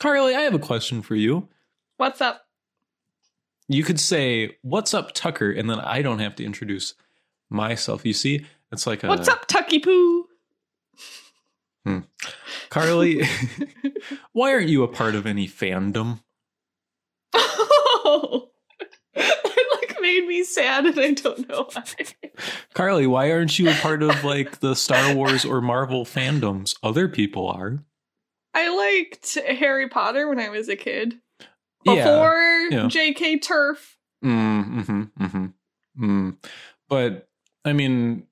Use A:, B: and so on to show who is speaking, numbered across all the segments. A: Carly, I have a question for you.
B: What's up?
A: You could say, What's up, Tucker? And then I don't have to introduce myself. You see, it's like uh, a.
B: What's up, Tucky Poo?
A: Carly, why aren't you a part of any fandom?
B: Oh, it like made me sad, and I don't know why.
A: Carly, why aren't you a part of like the Star Wars or Marvel fandoms? Other people are.
B: I liked Harry Potter when I was a kid.
A: Yeah.
B: Before
A: yeah.
B: J.K. Turf.
A: Mm, hmm hmm mm. But I mean,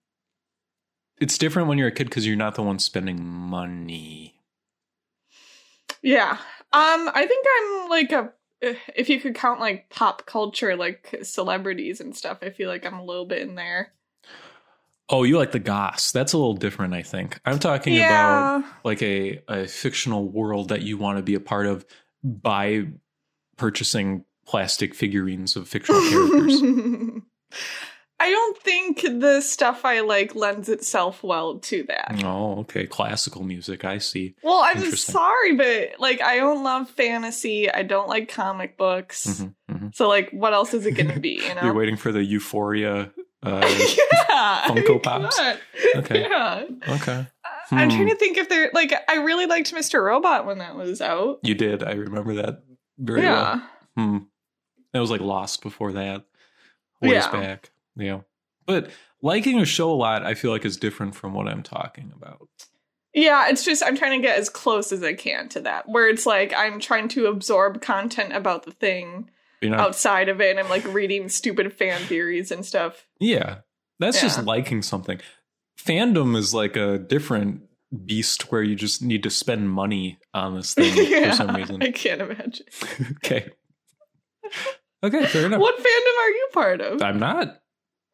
A: it's different when you're a kid because you're not the one spending money.
B: Yeah. Um, I think I'm like a if you could count like pop culture, like celebrities and stuff. I feel like I'm a little bit in there.
A: Oh, you like the goss. That's a little different, I think. I'm talking about
B: yeah.
A: like a, a fictional world that you want to be a part of by purchasing plastic figurines of fictional characters.
B: I don't think the stuff I like lends itself well to that.
A: oh, okay. Classical music. I see.
B: Well, I'm
A: Interesting.
B: sorry, but like I don't love fantasy. I don't like comic books.
A: Mhm, mhm.
B: So like what else is it gonna be, you
A: You're
B: know?
A: waiting for the euphoria. Uh,
B: yeah. I
A: Funko
B: mean,
A: Pops?
B: come on.
A: Okay.
B: Yeah.
A: okay.
B: I- I'm
A: Hmm.
B: trying to think if they're like I really liked Mr. Robot when that was out.
A: You did. I remember that very well.
B: yeah.
A: Hmm. That was like Lost before that. Ways
B: Yeah.
A: back. Yeah. But liking a show a lot, I feel like is different from what I'm talking about.
B: Yeah, it's just I'm trying to get as close as I can to that. Where it's like I'm trying to absorb content about the thing
A: You know?
B: outside of it and I'm like reading stupid fan theories and stuff.
A: Yeah. That's
B: Yeah.
A: just liking something. Fandom is like a different beast where you just need to spend money on this thing
B: yeah,
A: for some reason.
B: I can't imagine.
A: okay. Okay, fair enough.
B: What fandom are you part of?
A: I'm not.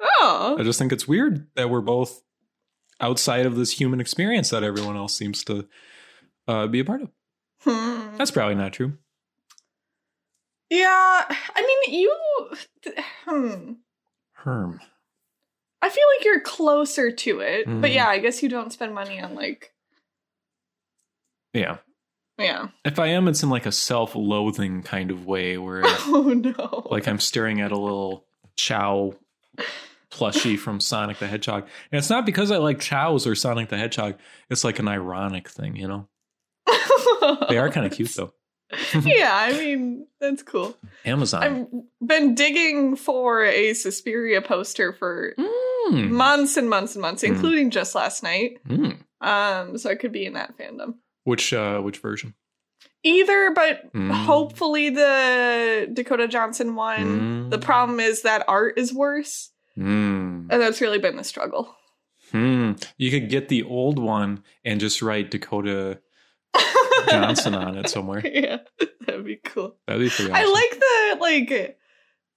B: Oh.
A: I just think it's weird that we're both outside of this human experience that everyone else seems to uh, be a part of.
B: Hmm.
A: That's probably not true.
B: Yeah, I mean, you. Hmm.
A: Herm.
B: I feel like you're closer to it, but
A: Mhm.
B: yeah, I guess you don't spend money on like.
A: Yeah.
B: Yeah.
A: If I am, it's in like a self loathing kind of way where
B: Oh no.
A: like I'm staring at a little chow plushie from Sonic the Hedgehog. And it's not because I like chows or Sonic the Hedgehog. It's like an ironic thing, you know? They are kind of cute though.
B: yeah, I mean that's cool.
A: Amazon.
B: I've been digging for a Suspiria poster for
A: Mm.
B: months and months and months,
A: Mm.
B: including just last night.
A: Mm.
B: Um, so I could be in that fandom.
A: Which uh which version?
B: Either, but
A: Mm.
B: hopefully the Dakota Johnson one.
A: Mm.
B: The problem is that art is worse.
A: Mm.
B: And that's really been the struggle.
A: Hmm. You could get the old one and just write Dakota Johnson on it somewhere.
B: yeah, that'd be cool.
A: That'd be pretty awesome.
B: I like the like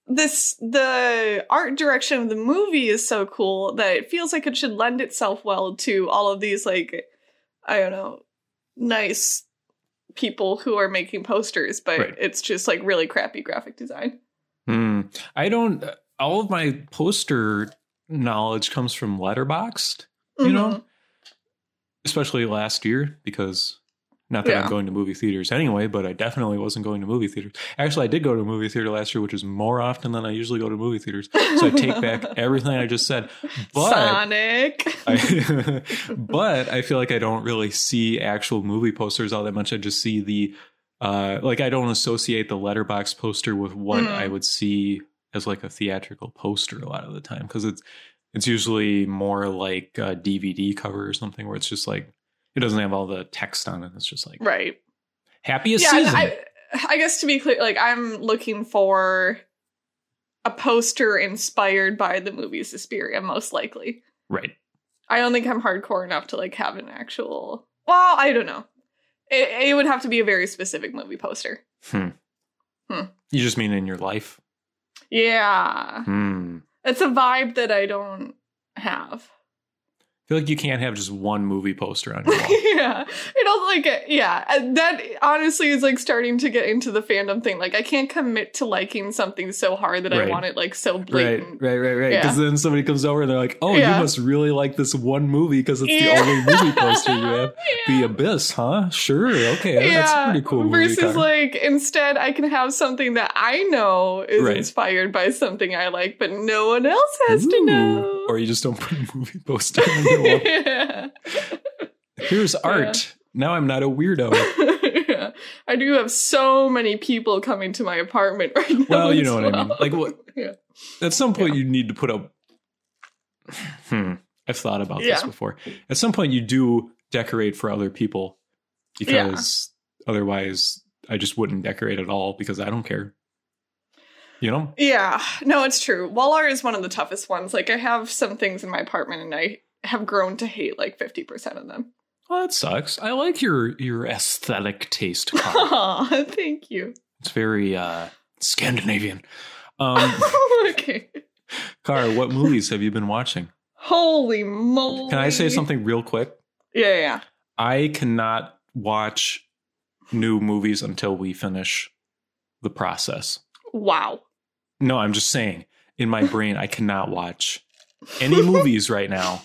B: this the art direction of the movie is so cool that it feels like it should lend itself well to all of these like I don't know nice people who are making posters, but
A: Right.
B: it's just like really crappy graphic design.
A: Hmm. I don't. All of my poster knowledge comes from Letterboxd, You know?
B: Mhm.
A: especially last year, because not that
B: Yeah.
A: I'm going to movie theaters anyway, but I definitely wasn't going to movie theaters. Actually, I did go to a movie theater last year, which is more often than I usually go to movie theaters. So I take back everything I just said. But.
B: Mm-hmm. Sonic.
A: I, but I feel like I don't really see actual movie posters all that much. I just see the uh like I don't associate the letterbox poster with what
B: Mm.
A: I would see as like a theatrical poster a lot of the time because it's it's usually more like a DVD cover or something where it's just like it doesn't have all the text on it. It's just like
B: right.
A: happiest
B: yeah,
A: season.
B: I, I guess to be clear, like I'm looking for a poster inspired by the movie Suspiria, most likely.
A: right.
B: I don't think I'm hardcore enough to like have an actual. Well, I don't know. It, it would have to be a very specific movie poster.
A: Hmm.
B: Hmm.
A: You just mean in your life?
B: Yeah,
A: Hmm.
B: it's a vibe that I don't have.
A: feel like you can't have just one movie poster on your wall.
B: yeah, it also like yeah, and that honestly is like starting to get into the fandom thing. Like I can't commit to liking something so hard that
A: Right.
B: I want it like so
A: Right,
B: blatant.
A: right, right, right. Because then somebody comes over and they're like, "Oh,
B: Yeah.
A: you must really like this one movie because it's
B: Yeah.
A: the only movie poster you have."
B: Yeah.
A: The Abyss, huh? Sure, okay, that's a pretty cool. Movie
B: Versus
A: cover.
B: like instead I can have something that I know is
A: Right.
B: inspired by something I like, but no one else has to
A: Ooh.
B: know.
A: or you just don't put a movie poster. on your wall.
B: yeah.
A: Here's art. Now I'm not a weirdo.
B: Yeah. I do have so many people coming to my apartment right now.
A: Well, you
B: as
A: know what I mean.
B: well.
A: Like, what-
B: Yeah.
A: At some point, you need to put up. Hmm. I've thought about this
B: Yeah.
A: before. At some point, you do decorate for other people because otherwise, I just wouldn't decorate at all because I don't care. You know?
B: Yeah, no, it's true. Wall art is one of the toughest ones. Like, I have some things in my apartment, and I have grown to hate like fifty percent of them.
A: Well, that sucks. I like your your aesthetic taste. Carl.
B: Aw, thank you.
A: it's very uh, Scandinavian. Um,
B: okay.
A: Car, what movies have you been watching?
B: Holy moly!
A: Can I say something real quick?
B: Yeah, yeah, yeah.
A: I cannot watch new movies until we finish the process.
B: Wow.
A: No, I'm just saying, in my brain, I cannot watch any movies right now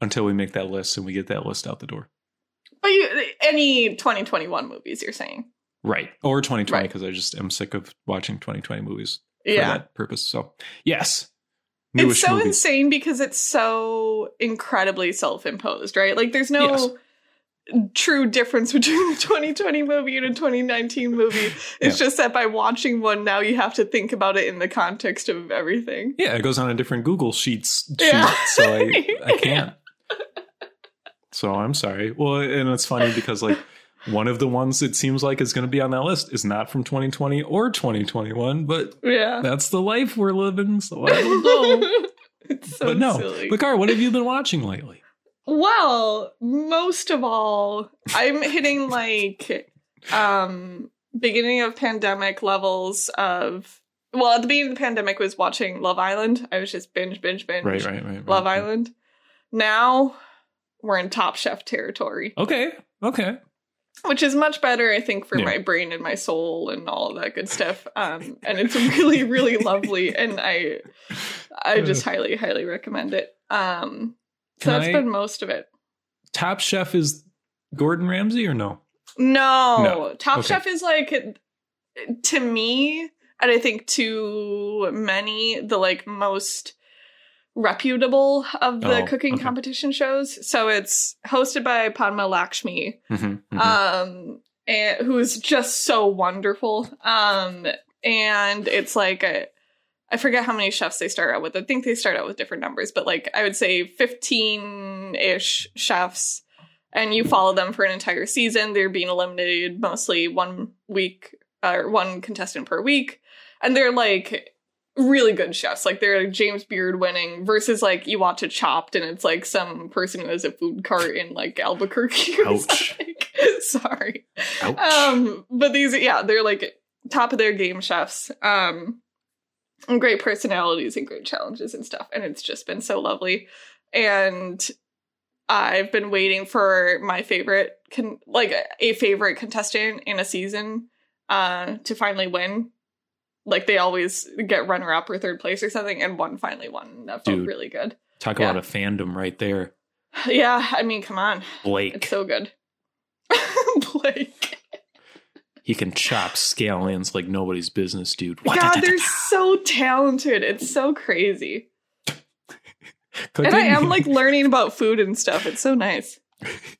A: until we make that list and we get that list out the door.
B: But you, any 2021 movies you're saying?
A: Right. Or 2020,
B: Right.
A: because I just am sick of watching 2020 movies for
B: Yeah.
A: that purpose. So, yes.
B: It's
A: Newish
B: so
A: movies.
B: insane because it's so incredibly self-imposed, right? Like there's no true difference between a 2020 movie and a 2019 movie. It's
A: Yeah.
B: just that by watching one now you have to think about it in the context of everything.
A: Yeah, it goes on a different Google Sheets sheet,
B: Yeah.
A: so I, I can't. So I'm sorry. Well, and it's funny because like one of the ones it seems like is going to be on that list is not from 2020 or 2021, but
B: Yeah. Oh.
A: that's the life we're living. So I don't know.
B: it's so
A: but no,
B: silly.
A: But Car, what have you been watching lately?
B: well, most of all, I'm hitting like um beginning of pandemic levels of well, at the beginning of the pandemic was watching Love Island. I was just binge binge binge.
A: Right, Mm-hmm. right, right. right.
B: Love Island. Now we're in Top Chef territory,
A: Okay, okay.
B: which is much better, I think, for
A: Yeah.
B: my brain and my soul and all of that good stuff. Um, and it's really, really lovely, and I, I just highly, highly recommend it. Um,
A: Can
B: so that's
A: I-
B: been most of it.
A: Top Chef is Gordon Ramsay or no?
B: No,
A: No.
B: Top
A: Okay.
B: Chef is like to me, and I think to many, the like most reputable of the
A: Oh,
B: cooking
A: okay.
B: competition shows. So it's hosted by Padma Lakshmi,
A: Mhm, mhm.
B: um, and, who is just so wonderful. Um, and it's like a, I forget how many chefs they start out with. I think they start out with different numbers, but like I would say 15 ish chefs. And you follow them for an entire season. They're being eliminated mostly one week or one contestant per week. And they're like really good chefs. Like they're like James Beard winning versus like you watch a chopped and it's like some person who has a food cart in like Albuquerque or
A: Ouch.
B: something. Sorry.
A: Ouch.
B: Um, but these, yeah, they're like top of their game chefs. Um, and great personalities and great challenges and stuff. And it's just been so lovely. And I've been waiting for my favorite, con- like a favorite contestant in a season, uh, to finally win. Like they always get runner up or third place or something, and one finally won. and That felt
A: Dude.
B: really good.
A: Talk
B: yeah.
A: about a fandom right there,
B: Yeah, I mean, come on,
A: Blake.
B: it's so good. Blake.
A: he can chop scale ends like nobody's business, dude.
B: God, they're so talented. It's so crazy. And I am like learning about food and stuff. It's so nice.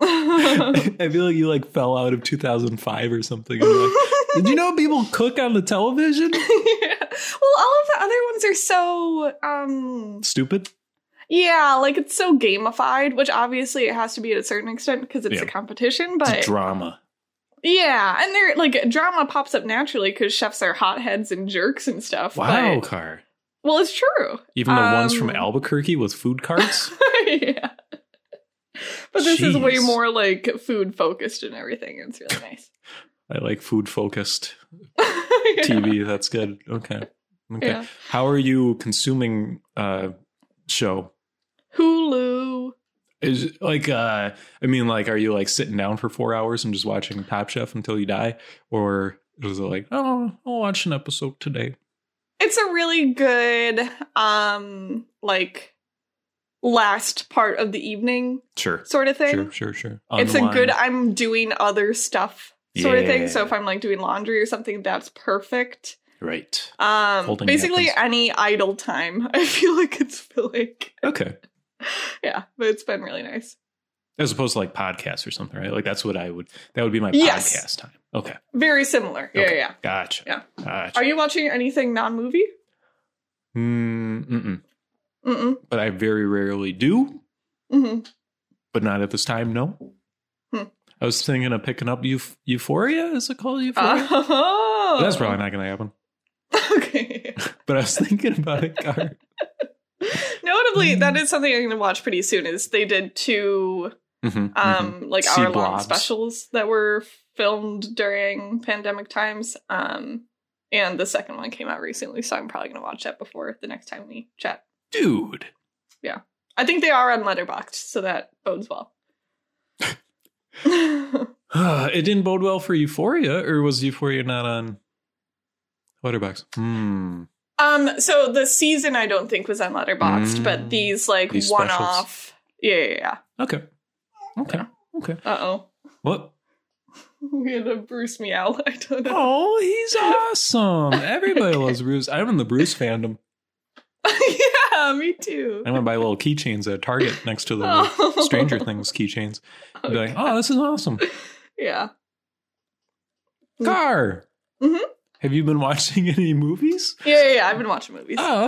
A: I feel like you like fell out of 2005 or something. And you're like, Did you know people cook on the television?
B: Well, all of the other ones are so um
A: Stupid.
B: yeah, like it's so gamified, which obviously it has to be at a certain extent because it's
A: Yeah.
B: a competition,
A: It's
B: but
A: drama.
B: yeah, and they're like drama pops up naturally because chefs are hotheads and jerks and stuff.
A: Wow,
B: but-
A: car.
B: well, it's true.
A: Even the ones from
B: Um,
A: Albuquerque with food carts.
B: yeah. But this is way
A: Jeez.
B: more like food focused and everything. It's really nice.
A: I like food focused
B: Yeah.
A: TV. That's good. Okay. Okay.
B: Yeah.
A: How are you consuming uh show?
B: Hulu.
A: Is like uh I mean like are you like sitting down for 4 hours and just watching Top Chef until you die or was it like, "Oh, I'll watch an episode today."
B: It's a really good um like last part of the evening
A: Sure.
B: sort of thing.
A: Sure, sure, sure.
B: It's a good
A: Unwind.
B: I'm doing other stuff sort of thing. So
A: Yeah.
B: if I'm like doing laundry or something, that's perfect.
A: right.
B: Um
A: Folding
B: basically
A: napkins.
B: any idle time. I feel like it's filling.
A: Okay.
B: Yeah, but it's been really nice.
A: As opposed to like podcasts or something, right? Like that's what I would that would be my
B: Yes.
A: podcast time. Okay.
B: Very similar. Yeah,
A: Okay.
B: yeah.
A: Gotcha.
B: Yeah.
A: Gotcha.
B: Are you watching anything non-movie?
A: Mm, mm-mm.
B: Mm-mm.
A: But I very rarely do,
B: Mm-hmm.
A: but not at this time, no.
B: Hmm.
A: I was thinking of picking up Euph- Euphoria. Is it called Euphoria?
B: Oh.
A: But that's probably not going to happen.
B: Okay.
A: But I was thinking about it. Gar.
B: Notably,
A: Mm.
B: that is something I'm going to watch pretty soon. Is they did two
A: Mhm, mhm.
B: um like
A: Sea
B: hour long
A: blobs.
B: specials that were filmed during pandemic times. Um, and the second one came out recently, so I'm probably going to watch that before the next time we chat.
A: Dude.
B: I think they are on Letterboxd, so that bodes well.
A: it didn't bode well for Euphoria, or was Euphoria not on Letterboxd? Hmm.
B: um, so the season I don't think was on Letterboxd,
A: Mm.
B: but these like
A: These
B: one
A: specials.
B: off. Yeah, yeah, yeah.
A: Okay. Okay. Okay.
B: Uh oh.
A: What?
B: We had a Bruce meow. I don't know.
A: Oh, he's awesome. Everybody loves Bruce. I'm in the Bruce fandom.
B: yeah, me too.
A: I'm going Oh. to buy little keychains at Target next to the
B: Oh.
A: Stranger Things keychains.
B: Oh,
A: Be like, oh, this is awesome.
B: Yeah. Mm-hmm.
A: Car.
B: Mhm.
A: Have you been watching any movies?
B: yeah, yeah, yeah. I've been watching movies.
A: Oh,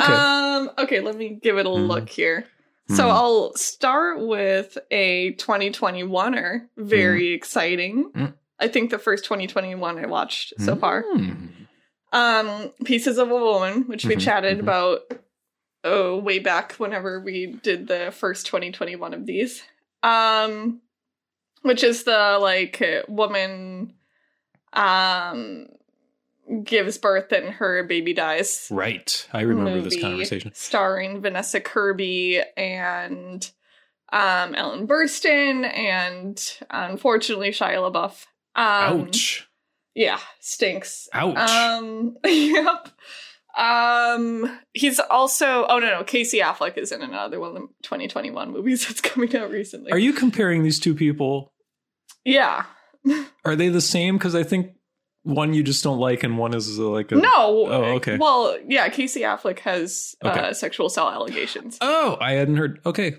A: okay.
B: Um, okay, let me give it a
A: Mhm.
B: look here. So
A: Hmm.
B: I'll start with a 2021er.
A: Hmm.
B: Very exciting.
A: Mm.
B: I think the first 2021 I watched so far.
A: Hmm.
B: Um, Pieces of a Woman, which we
A: Mhm,
B: chatted
A: mhm.
B: about oh way back whenever we did the first 2021 of these. Um, which is the like woman um gives birth and her baby dies
A: Right. I remember this
B: movie
A: conversation.
B: starring Vanessa Kirby and um, Ellen Burstyn and unfortunately Shia LaBeouf. Um,
A: Ouch.
B: Yeah, stinks.
A: Ouch.
B: Um, yep. Um, he's also. Oh no, no, Casey Affleck is in another one of the 2021 movies that's coming out recently.
A: Are you comparing these two people?
B: Yeah.
A: Are they the same? Because I think one you just don't like and one is uh, like a.
B: No.
A: Oh, okay.
B: Well, yeah, Casey Affleck has uh,
A: Okay.
B: sexual assault allegations.
A: Oh, I hadn't heard. Okay.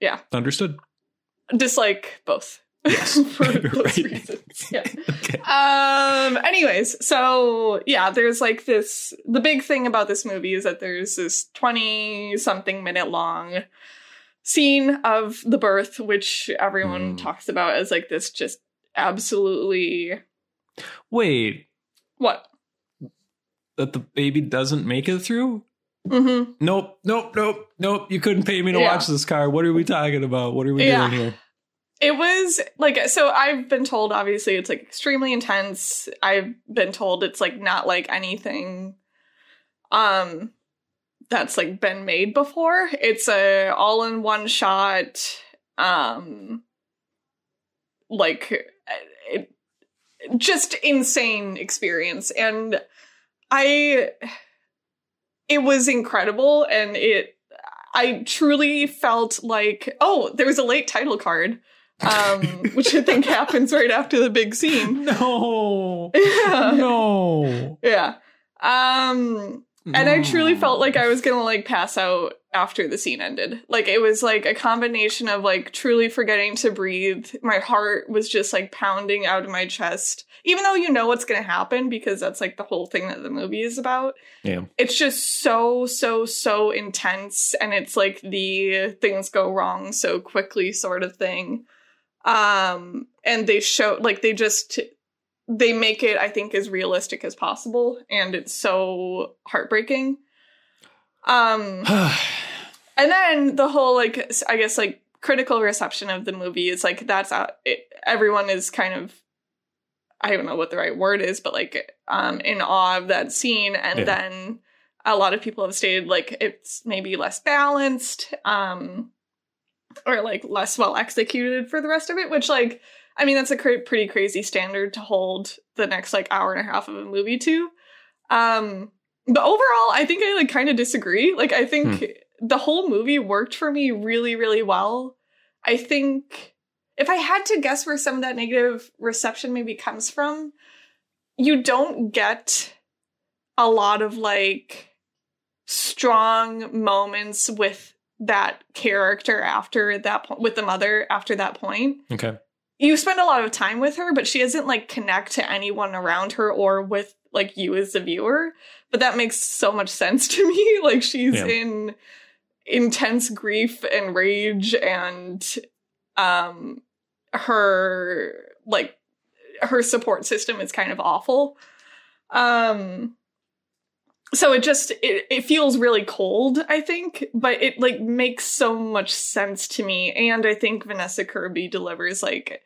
B: Yeah.
A: Understood.
B: Dislike both.
A: Yes.
B: for those
A: Right.
B: reasons. Yeah.
A: Okay.
B: um anyways so yeah there's like this the big thing about this movie is that there's this 20 something minute long scene of the birth which everyone
A: Mm.
B: talks about as like this just absolutely
A: Wait,
B: what
A: that the baby doesn't make it through?
B: mm-hmm.
A: Nope, nope, nope, nope. You couldn't pay me to
B: Yeah.
A: watch this car. What are we talking about? What are we
B: Yeah.
A: doing here?
B: it was like so i've been told obviously it's like extremely intense i've been told it's like not like anything um that's like been made before it's a all in one shot um like uh, it, just insane experience and i it was incredible and it i truly felt like oh there was a late title card um which i think happens right after the big scene
A: No.
B: yeah
A: No.
B: yeah um and I truly
A: Mm.
B: felt like I was gonna like pass out after the scene ended. Like it was like a combination of like truly forgetting to breathe. My heart was just like pounding out of my chest, even though you know what's gonna happen because that's like the whole thing that the movie is about.
A: Yeah.
B: It's just so so so intense, and it's like the things go wrong so quickly sort of thing. Um, and they show like they just they make it i think as realistic as possible and it's so heartbreaking um and then the whole like s- i guess like critical reception of the movie is like that's out it, everyone is kind of i don't know what the right word is but like um in awe of that scene and
A: Yeah.
B: then a lot of people have stated like it's maybe less balanced um or like less well executed for the rest of it, which like I mean that's a cra- pretty crazy standard to hold the next like hour and a half of a movie to. Um but overall, I think I like kind of disagree. Like I think the whole movie worked for me really really well. I think if I had to guess where some of that negative reception maybe comes from, you don't get a lot of like strong moments with that character after that point with the mother after that point
A: Okay.
B: you spend a lot of time with her but she doesn't like connect to anyone around her or with like you as the viewer but that makes so much sense to me like she's
A: Yeah.
B: in intense grief and rage and um her like her support system is kind of awful um so it just it, it feels really cold i think but it like makes so much sense to me and i think vanessa kirby delivers like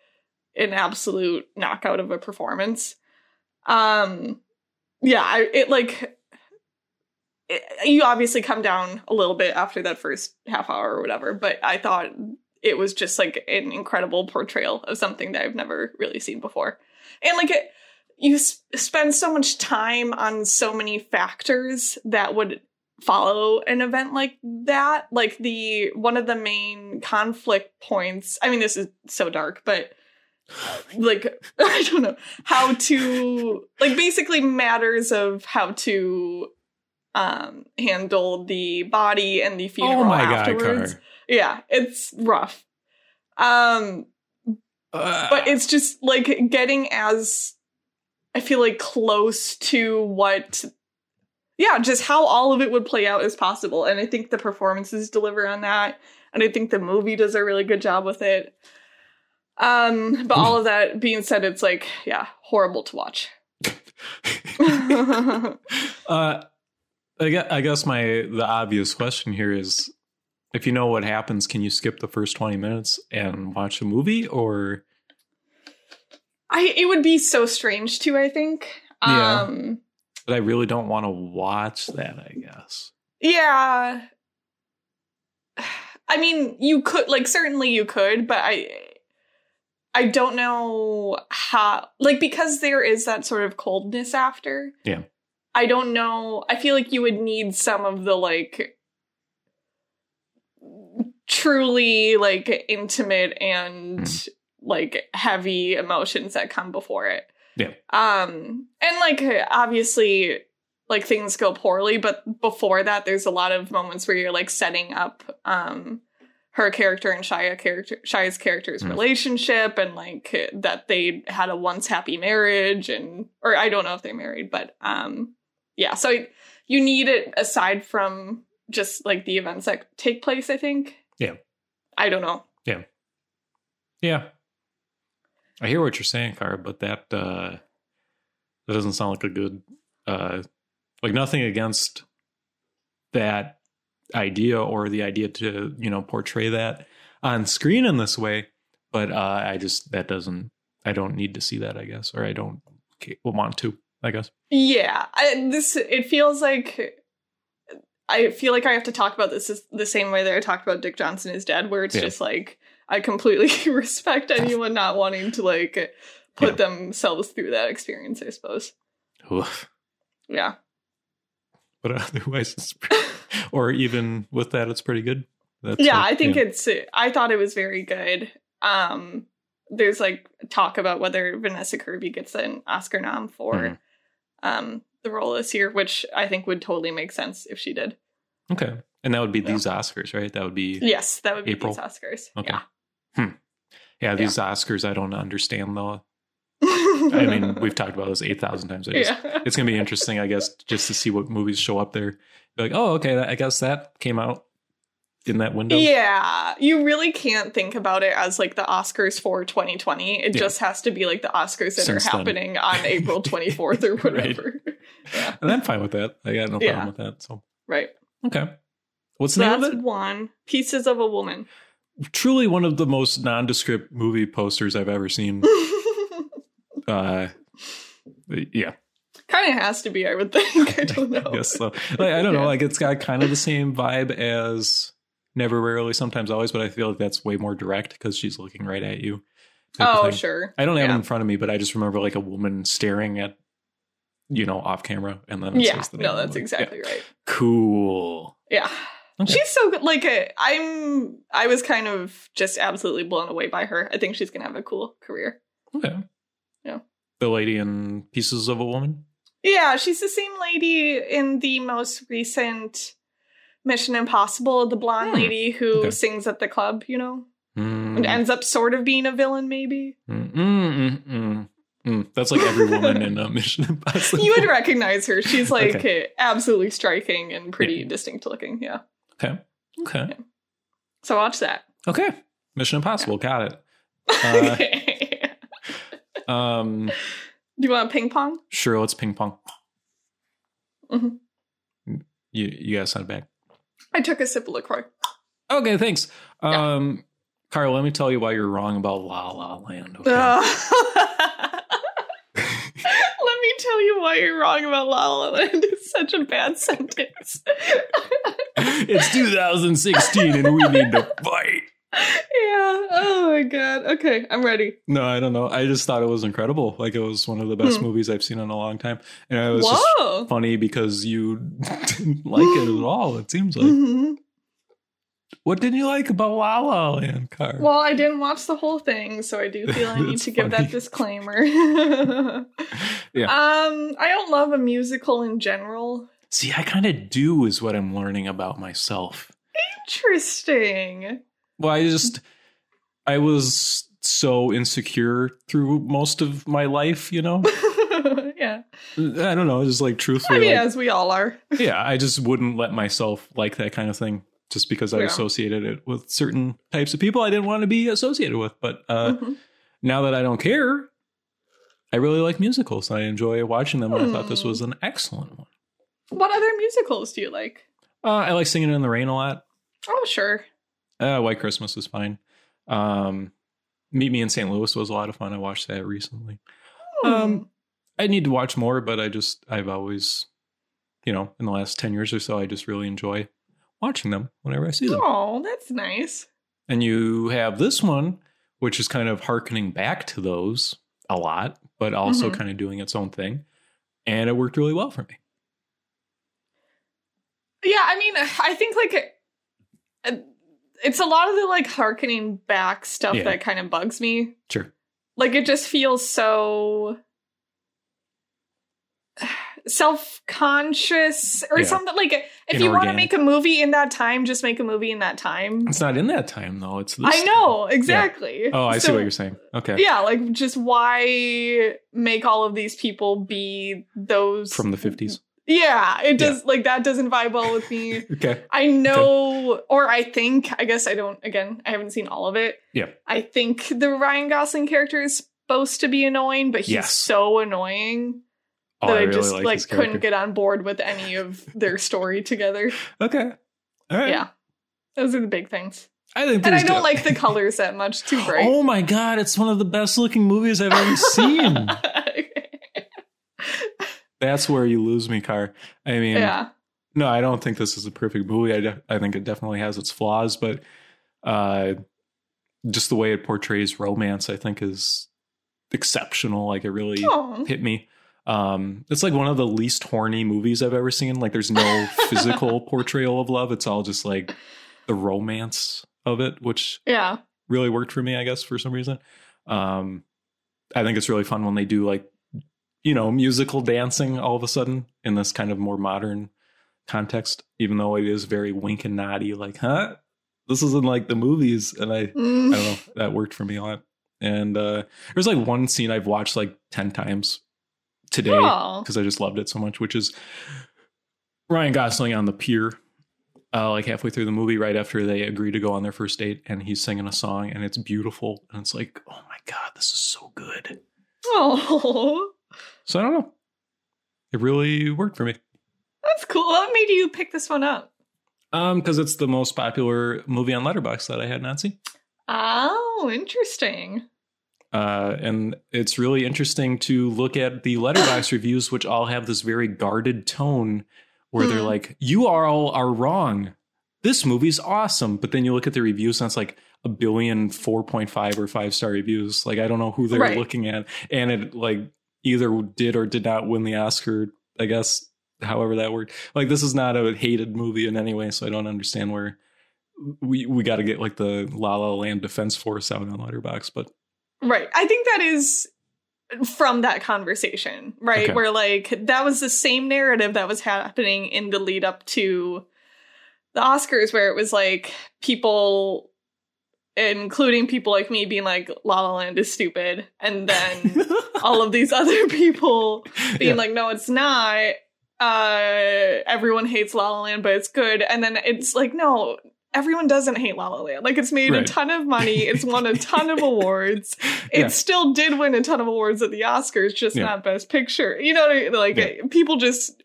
B: an absolute knockout of a performance um yeah I, it like it, you obviously come down a little bit after that first half hour or whatever but i thought it was just like an incredible portrayal of something that i've never really seen before and like it you s- spend so much time on so many factors that would follow an event like that like the one of the main conflict points i mean this is so dark but like i don't know how to like basically matters of how to um handle the body and the funeral
A: Oh my
B: afterwards
A: god,
B: yeah it's rough um
A: Car. Uh,
B: but it's just like getting as i feel like close to what yeah just how all of it would play out as possible and i think the performances deliver on that and i think the movie does a really good job with it um but all of that being said it's like yeah horrible to watch
A: uh, I guess, I guess my the obvious question here is, if you know what happens, can you skip the first twenty minutes and watch a movie, or
B: i it would be so strange too i think
A: Yeah.
B: um
A: but I really don't want to watch that. I guess.
B: Yeah. I mean, you could like certainly you could, but I I don't know how like because there is that sort of coldness after.
A: Yeah.
B: I don't know. I feel like you would need some of the like truly like intimate and
A: Mhm.
B: like heavy emotions that come before it.
A: Yeah.
B: Um and like obviously like things go poorly but before that there's a lot of moments where you're like setting up um her character and Shia character Shia's character's
A: Mm.
B: relationship and like that they had a once happy marriage and or I don't know if they married but um yeah so I- you need it aside from just like the events that take place I think
A: Yeah.
B: I don't know
A: Yeah. I hear what you're saying, Car, but that uh that doesn't sound like a good uh like nothing against that idea or the idea to, you know, portray that on screen in this way, but uh I just that doesn't I don't need to see that, I guess, or I don't ca- want to, I guess.
B: Yeah, I, this it feels like I feel like I have to talk about this is the same way that I talked about Dick Johnson is dead, where it's
A: Yeah.
B: just like I completely respect anyone not wanting to like put
A: Yeah.
B: themselves through that experience. I suppose.
A: Oof.
B: Yeah.
A: But otherwise it's pretty, or even with that it's pretty good. That's
B: yeah,
A: like-
B: I think it's. I thought it was very good. Um, there's like talk about whether Vanessa Kirby gets an Oscar nom for
A: Mhm.
B: um the role this year, which I think would totally make sense if she did.
A: Okay. And that would be
B: Yeah.
A: these Oscars, right? That would be
B: Yes, that would be
A: April.
B: these Oscars.
A: Okay.
B: Yeah.
A: Yeah, these Oscars I don't understand though. I
B: I
A: mean, we've talked about this eight thousand times. I just,
B: yeah.
A: It's gonna be interesting, I guess, just to see what movies show up there. Be like, oh, okay, I guess that came out in that window.
B: yeah, you really can't think about it as like the Oscars for 2020. It
A: Yeah.
B: just has to be like the Oscars that
A: Since
B: are
A: then.
B: happening on April 24th or
A: Right.
B: whatever. Yeah,
A: And I'm fine with that. I got no problem
B: Yeah.
A: with that. So
B: right.
A: okay. What's
B: So
A: the name
B: that's
A: of it?
B: one Pieces of a Woman.
A: Truly one of the most nondescript movie posters I've ever seen.
B: kind
A: Uh yeah,
B: of has to be, I would think. I don't know.
A: I guess so. Like, I don't know.
B: Yeah.
A: Like, it's got kind of the same vibe as never, rarely, sometimes, always, but I feel like that's way more direct because she's looking right at you. type of
B: Oh,
A: thing.
B: sure.
A: I don't have it
B: Yeah.
A: in front of me, but I just remember like a woman staring at, you know, off camera, and then it
B: Yeah.
A: says the name.
B: No,
A: I'm
B: that's
A: like, yeah,
B: exactly right.
A: cool.
B: Yeah.
A: Okay.
B: She's so good. Like, uh, I'm, I was kind of just absolutely blown away by her. I think she's going to have a cool career.
A: Okay.
B: Yeah.
A: The lady in Pieces of a Woman.
B: Yeah, she's the same lady in the most recent Mission Impossible, the blonde
A: Hmm.
B: lady who
A: Okay.
B: sings at the club, you know, and
A: Mm,
B: ends up sort of being a villain, maybe.
A: mm, mm, mm, mm, mm. That's like every woman in uh, Mission Impossible.
B: You would recognize her. She's like
A: Okay.
B: uh, absolutely striking and pretty distinct looking. Yeah.
A: okay. Okay.
B: So watch that.
A: Okay. Mission Impossible. Got it. Uh, Um.
B: Do you want ping pong?
A: Sure. Let's ping pong.
B: Mhm.
A: You you guys send it back.
B: I took a sip of LaCroix.
A: Okay, thanks.
B: Yeah.
A: Um Carl, let me tell you why you're wrong about La La Land. Okay?
B: Ah. Ugh. Let me tell you why you're wrong about La La Land. It's such a bad sentence.
A: it's 2016 and we need to fight.
B: yeah. Oh my god. Okay, I'm ready.
A: No, I don't know. I just thought it was incredible. Like it was one of the best
B: Hmm.
A: movies I've seen in a long time. And it was just
B: Whoa.
A: funny because you didn't like it at all, it seems like.
B: Mhm.
A: What didn't you like about La La Land, Carl?
B: Well, I didn't watch the whole thing, so I do feel I need
A: That's
B: to give
A: funny.
B: that disclaimer.
A: Yeah.
B: Um, I don't love a musical in general.
A: See, I kind of do is what I'm learning about myself.
B: Interesting.
A: Well, I just I was so insecure through most of my life, you know.
B: yeah.
A: I don't know, just like
B: I
A: truthfully,
B: mean,
A: like,
B: as we all are.
A: yeah, I just wouldn't let myself like that kind of thing just because I
B: Yeah.
A: associated it with certain types of people I didn't want to be associated with. But uh,
B: Mhm.
A: now that I don't care, I really like musicals and I enjoy watching them. And I thought this
B: Hmm.
A: was an excellent one.
B: What other musicals do you like?
A: Uh, I like singing in the rain a lot.
B: Oh, sure.
A: Uh, White Christmas is fine. Um, Meet Me in St. Louis was a lot of fun. I watched that recently.
B: Hmm.
A: Um, I need to watch more, but I just I've always, you know, in the last ten years or so, I just really enjoy watching them whenever I see them.
B: Oh, that's nice.
A: And you have this one, which is kind of harkening back to those a lot, but also
B: Mhm.
A: kind of doing its own thing. And it worked really well for me.
B: Yeah, I mean, I think like uh, it's a lot of the like harkening back stuff
A: Yeah.
B: that kind of bugs me.
A: Sure.
B: Like it just feels so self-conscious or
A: Yeah.
B: something like if you want to
A: Inorganic.
B: make a movie in that time just make a movie in that time
A: It's not in that time though. It's this
B: i know
A: time.
B: exactly
A: Oh, I see
B: So-
A: what you're saying. Okay.
B: yeah like just why make all of these people be those
A: From the fifties.
B: yeah it does like that doesn't vibe well with me
A: Okay.
B: I know, or I think, I guess I don't, again, I haven't seen all of it.
A: Yeah.
B: I think the Ryan Gosling character is supposed to be annoying, but he's
A: Yes.
B: so annoying
A: Oh,
B: that I,
A: really
B: just
A: his
B: like couldn't
A: character.
B: get on board with any of their story together.
A: Okay. All right.
B: Yeah. Those are the big things.
A: I think
B: And I
A: these
B: don't
A: do.
B: like the colors that much, too bright.
A: Oh my god, it's one of the best looking movies I've ever seen. That's where you lose me, Car. I mean,
B: yeah.
A: no, I don't think this is a perfect movie. I, de- I think it definitely has its flaws, but uh, just the way it portrays romance, I think, is exceptional. Like, it really
B: Oh.
A: hit me. Um, it's like one of the least horny movies I've ever seen. Like, there's no physical portrayal of love, it's all just like the romance of it, which
B: Yeah.
A: really worked for me, I guess, for some reason. Um, I think it's really fun when they do like, you know, musical dancing all of a sudden in this kind of more modern context, even though it is very wink and noddy, like, huh? This isn't like the movies. And I, I don't
B: Mm.
A: know, that worked for me a lot. And uh, there's like one scene I've watched like 10 times today
B: Oh.
A: because I just loved it so much, which is Ryan Gosling on the pier, uh, like halfway through the movie, right after they agree to go on their first date, and he's singing a song, and it's beautiful, and it's like, oh my god, this is so good.
B: Oh.
A: So I don't know, it really worked for me,
B: That's cool. What made you pick this one up?
A: um, because it's the most popular movie on Letterbox that I had not seen,
B: Oh, interesting.
A: uh, and it's really interesting to look at the Letterbox reviews, which all have this very guarded tone, where they're
B: Hmm.
A: like, you all are wrong. this movie's awesome. But then you look at the reviews and it's like a billion 4.5 or 5 star reviews. Like I don't know who they're
B: Right.
A: looking at. And it like either did or did not win the Oscar, I guess, however that worked. Like this is not a hated movie in any way, so I don't understand where we we got to get like the La La Land Defense Force out on Letterbox, but
B: Right. I think that is from that conversation, right?
A: Okay.
B: Where like that was the same narrative that was happening in the lead up to the Oscars, where it was like people, including people like me, being like, La La Land is stupid. And then all of these other people being
A: Yeah.
B: like, no, it's not. Uh, everyone hates La La Land, but it's good. And then it's like, no, everyone doesn't hate La La Land. Like, it's made a
A: Right.
B: ton of money. It's won a ton of awards. It
A: Yeah.
B: still did win a ton of awards at the Oscars, just
A: Yeah.
B: not Best Picture. You know, what I mean? like
A: Yeah.
B: people just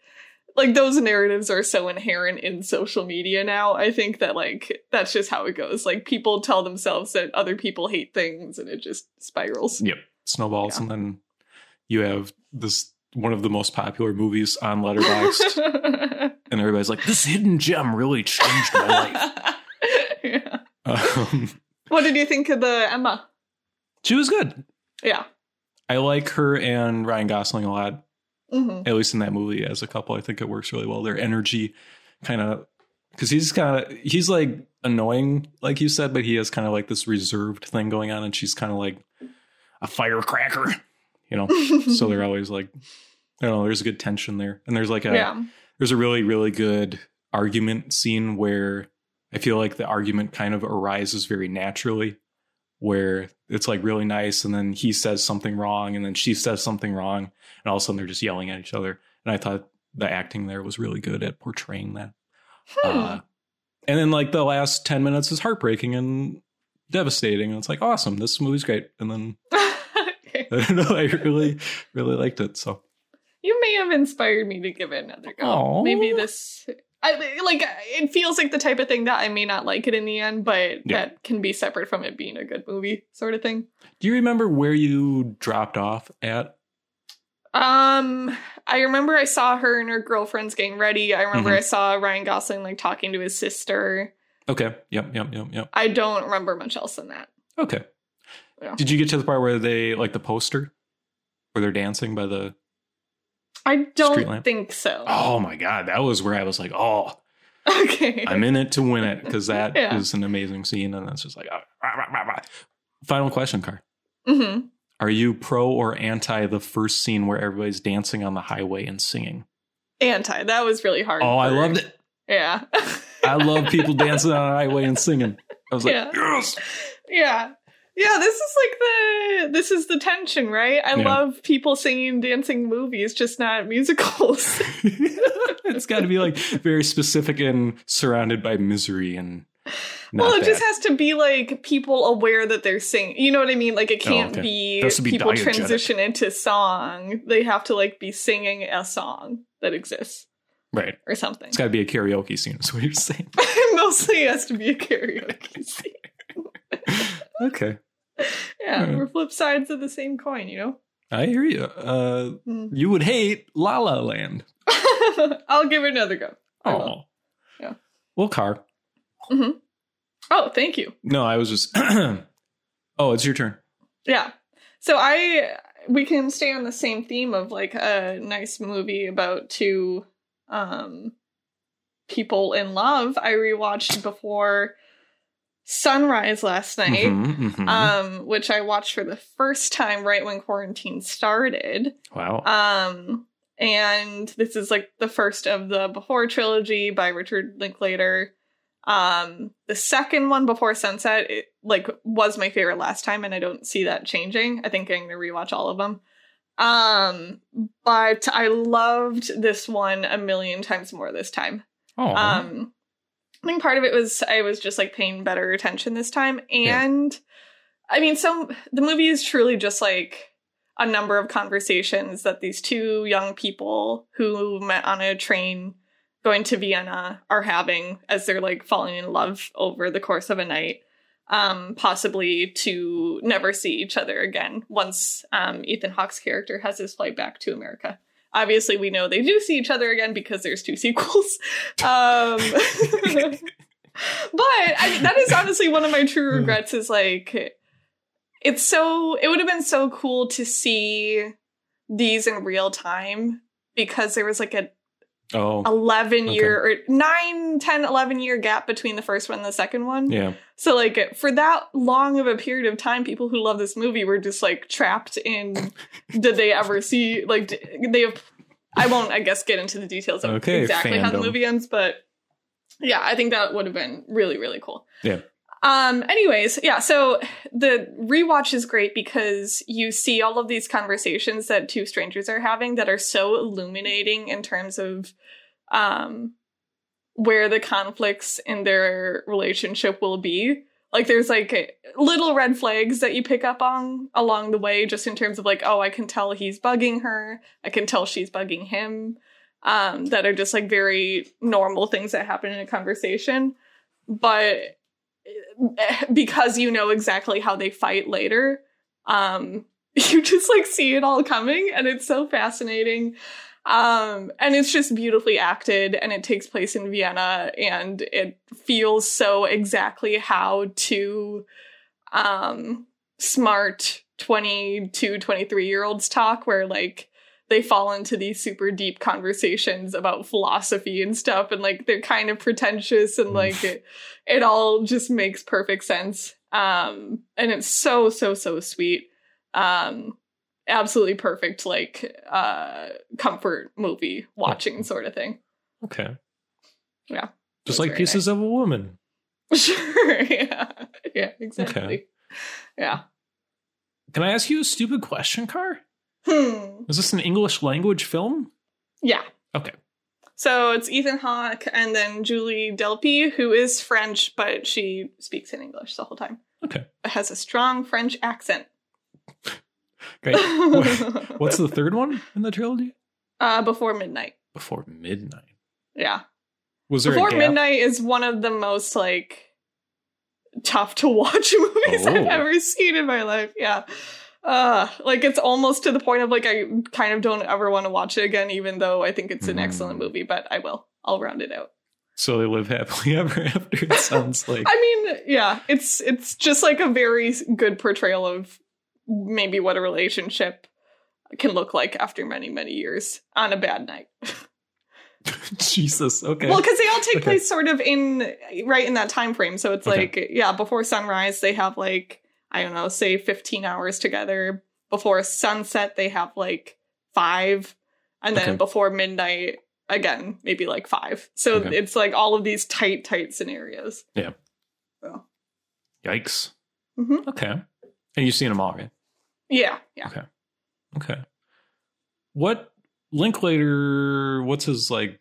B: like those narratives are so inherent in social media now. I think that like that's just how it goes. Like people tell themselves that other people hate things, and it just spirals.
A: Yep. Snowballs,
B: Yeah.
A: and then you have this one of the most popular movies on Letterboxd, and everybody's like, "This hidden gem really changed my life."
B: Yeah.
A: Um,
B: What did you think of the Emma?
A: she was good.
B: Yeah.
A: I like her and Ryan Gosling a lot,
B: hmm
A: at least in that movie as a couple. I think it works really well. Their energy, kind of, because he's kind of he's like annoying, like you said, but he has kind of like this reserved thing going on, and she's kind of like a firecracker, you know.
B: Mm-hmm.
A: so they're always like, uh, I don't know. There's a good tension there, and there's like a
B: yeah.
A: there's a really really good argument scene where i feel like the argument kind of arises very naturally where it's like really nice and then he says something wrong and then she says something wrong and all of a sudden they're just yelling at each other and i thought the acting there was really good at portraying that
B: Hmm.
A: uh, and then like the last 10 minutes is heartbreaking and devastating and it's like awesome this movie's great and then
B: Okay.
A: i don't know i really really liked it so
B: You may have inspired me to give it another go.
A: Aw.
B: Maybe this, I like. It feels like the type of thing that I may not like it in the end, but
A: Yeah.
B: that can be separate from it being a good movie, sort of thing.
A: do you remember where you dropped off at
B: Um, I remember I saw her and her girlfriends getting ready. I remember
A: Mhm.
B: I saw Ryan Gosling like talking to his sister.
A: Okay. Yep. Yep. Yep. Yep.
B: I don't remember much else than that.
A: Okay.
B: Yeah.
A: Did you get to the part where they like the poster, where they're dancing by the?
B: I
A: Street lamp?
B: don't think so.
A: Oh my god, that was where I was like, oh,
B: Okay.
A: I'm in it to win it because that is
B: Yeah.
A: an amazing scene, and it's just like. ah, rah, rah, rah, rah. Final question, Car.
B: hmm
A: Are you pro or anti the first scene where everybody's dancing on the highway and singing?
B: Anti. That was really hard.
A: Oh, I
B: for-
A: loved it.
B: Yeah.
A: I love people dancing on the highway and singing. I was like,
B: Yeah.
A: yes.
B: yeah. Yeah, this is like the this is the tension, right? I
A: Yeah.
B: love people singing dancing movies, just not musicals.
A: it's got to be like very specific and surrounded by misery and. Not
B: well, it
A: that.
B: just has to be like people aware that they're singing. You know what I mean? Like it can't
A: Oh, okay.
B: be,
A: This would be
B: people
A: diegetic.
B: transition into song. They have to like be singing a song that exists
A: right.
B: or something.
A: It's got to be a karaoke scene, is what you're saying.
B: Mostly it has to be a karaoke scene.
A: okay.
B: Yeah,
A: Alright.
B: we're flip sides of the same coin, you know?
A: I hear you. Uh,
B: Mm.
A: you would hate La La Land.
B: I'll give it another go. I will.
A: Oh.
B: Yeah.
A: Well, Car.
B: Oh, thank you.
A: No, I was just. oh, it's your turn.
B: Yeah. So I we can stay on the same theme of like a nice movie about two um people in love. I rewatched before sunrise last night.
A: Mhm, mhm.
B: Um, which I watched for the first time right when quarantine started.
A: wow.
B: Um, and this is like the first of the Before trilogy by Richard Linklater. Um, the second one, Before Sunset, it, like was my favorite last time, and I don't see that changing. I think I'm gonna rewatch all of them. Um, but I loved this one a million times more this time.
A: oh.
B: Um, I think part of it was I was just like paying better attention this time,
A: Yeah.
B: and I mean, so the movie is truly just like a number of conversations that these two young people who met on a train going to Vienna are having as they're like falling in love over the course of a night. Um, possibly to never see each other again once um, Ethan Hawke's character has his flight back to America. Obviously, we know they do see each other again because there's two sequels. Um, but I mean, that is honestly one of my true regrets is like it's so it would have been so cool to see these in real time because there was like an
A: Oh,
B: 11
A: Okay.
B: year or 9 10 11 year gap between the first one and the second one
A: yeah.
B: so like for that long of a period of time people who love this movie were just like trapped in did they ever see like d- they have i won't i guess get into the details of
A: Okay,
B: exactly how the
A: fandom.
B: movie ends but yeah i think that would have been really really cool
A: Yeah.
B: um anyways yeah so the rewatch is great because you see all of these conversations that two strangers are having that are so illuminating in terms of um where the conflicts in their relationship will be like there's like little red flags that you pick up on along the way just in terms of like oh i can tell he's bugging her i can tell she's bugging him um that are just like very normal things that happen in a conversation but eh, because you know exactly how they fight later um you just like see it all coming and it's so fascinating um and it's just beautifully acted and it takes place in vienna and it feels so exactly how two um smart 22 23 year olds talk where like they fall into these super deep conversations about philosophy and stuff and like they're kind of pretentious and like it, it all just makes perfect sense um and it's so so so sweet um absolutely perfect like uh comfort movie watching sort of thing
A: Okay.
B: Yeah.
A: Just
B: That's
A: like
B: very
A: pieces of a woman.
B: sure yeah yeah exactly yeah
A: Can I ask you a stupid question, Car?
B: hmm
A: Is this an English language film?
B: yeah
A: Okay.
B: so it's ethan hawke and then julie delpy who is french but she speaks in english the whole time
A: Okay.
B: has a strong french accent
A: Great. Wha- What's the third one in the trilogy?
B: uh before midnight
A: Before midnight.
B: yeah
A: Was there
B: before
A: a gap?
B: midnight is one of the most like tough to watch movies
A: Oh.
B: i've ever seen in my life yeah uh like it's almost to the point of like i kind of don't ever want to watch it again even though i think it's an
A: Mm.
B: excellent movie but i will i'll round it out
A: So they live happily ever after. It sounds like
B: i mean yeah it's it's just like a very good portrayal of maybe what a relationship can look like after many many years on a bad night
A: Jesus. Okay.
B: Well, because they all take
A: Okay.
B: place sort of in right in that time frame. So it's
A: Okay.
B: like, yeah, before sunrise, they have like I don't know, say fifteen hours together. Before sunset, they have like five, and then
A: Okay.
B: before midnight, again, maybe like five. So
A: Okay.
B: it's like all of these tight, tight scenarios.
A: Yikes.
B: Mhm.
A: Okay. And you've seen them all, right?
B: Yeah, yeah.
A: Okay. What Linklater? What's his like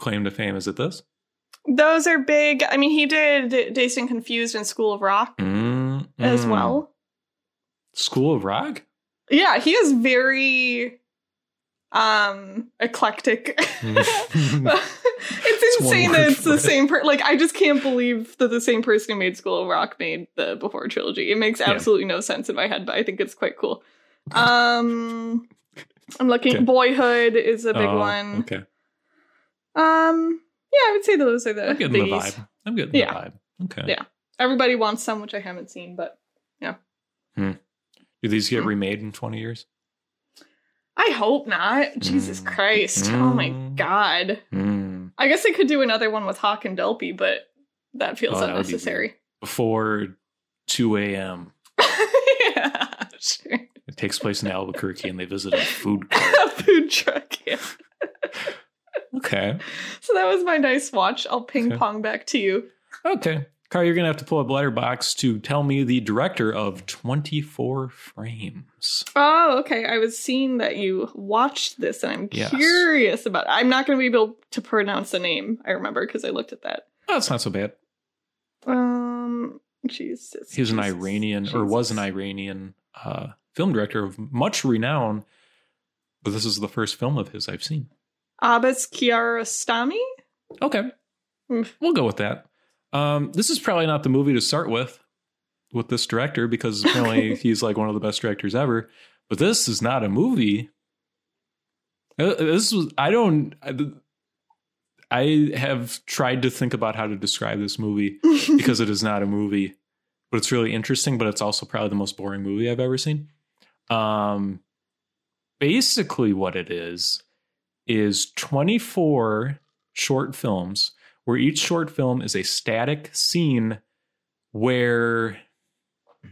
A: claim to fame? Is it this?
B: Those are big. I mean, he did Dazed and Confused and School of Rock
A: Mm,
B: as
A: mm.
B: well.
A: School of Rock.
B: Yeah, he is very um eclectic.
A: Mm.
B: it's
A: It's one
B: insane
A: word
B: that it's
A: for
B: the
A: it.
B: same per- like I just can't believe that the same person who made School of Rock made the Before trilogy. It makes
A: Yeah.
B: absolutely no sense in my head, but I think it's quite cool. Um I'm looking
A: Okay.
B: Boyhood is a big
A: Oh,
B: one.
A: Okay.
B: Um yeah, I would say those are the
A: I'm getting the
B: biggies.
A: vibe. I'm getting
B: Yeah.
A: the vibe. Okay.
B: Yeah. Everybody wants some which I haven't seen, but
A: Do these get
B: Mm.
A: remade in 20 years?
B: I hope not. Jesus
A: Mm.
B: Christ. Oh my
A: Mm.
B: god. I guess they could do another one with Hawk and Delpy, but that feels
A: Oh, that would be
B: unnecessary.
A: Before 2 a.m.
B: yeah, sure.
A: It takes place in Albuquerque and they visit a food court.
B: A food truck. Yeah.
A: Okay.
B: So that was my nice watch. I'll ping
A: Okay.
B: pong back to you.
A: Okay. Car, you're going to have to pull up Letterbox to tell me the director of 24 Frames.
B: Oh, okay. I was seeing that you watched this, and I'm
A: Yes.
B: curious about. It. I'm not going to be able to pronounce the name. I remember because I looked at that.
A: Oh, that's not so bad.
B: Um, Jesus.
A: He's an
B: Jesus,
A: Iranian, or was an
B: Jesus.
A: Iranian uh, film director of much renown, but this is the first film of his I've seen.
B: Abbas Kiarostami.
A: Okay.
B: Hmm.
A: We'll go with that. Um, this is probably not the movie to start with with this director because apparently he's like one of the best directors ever. But this is uh, not a movie. Uh, This was I don't I, I have tried to think about how to describe this movie because it is not a movie, but it's really interesting. But it's also probably the most boring movie I've ever seen. Um, basically, what it is is 24 short films where each short film is a static scene where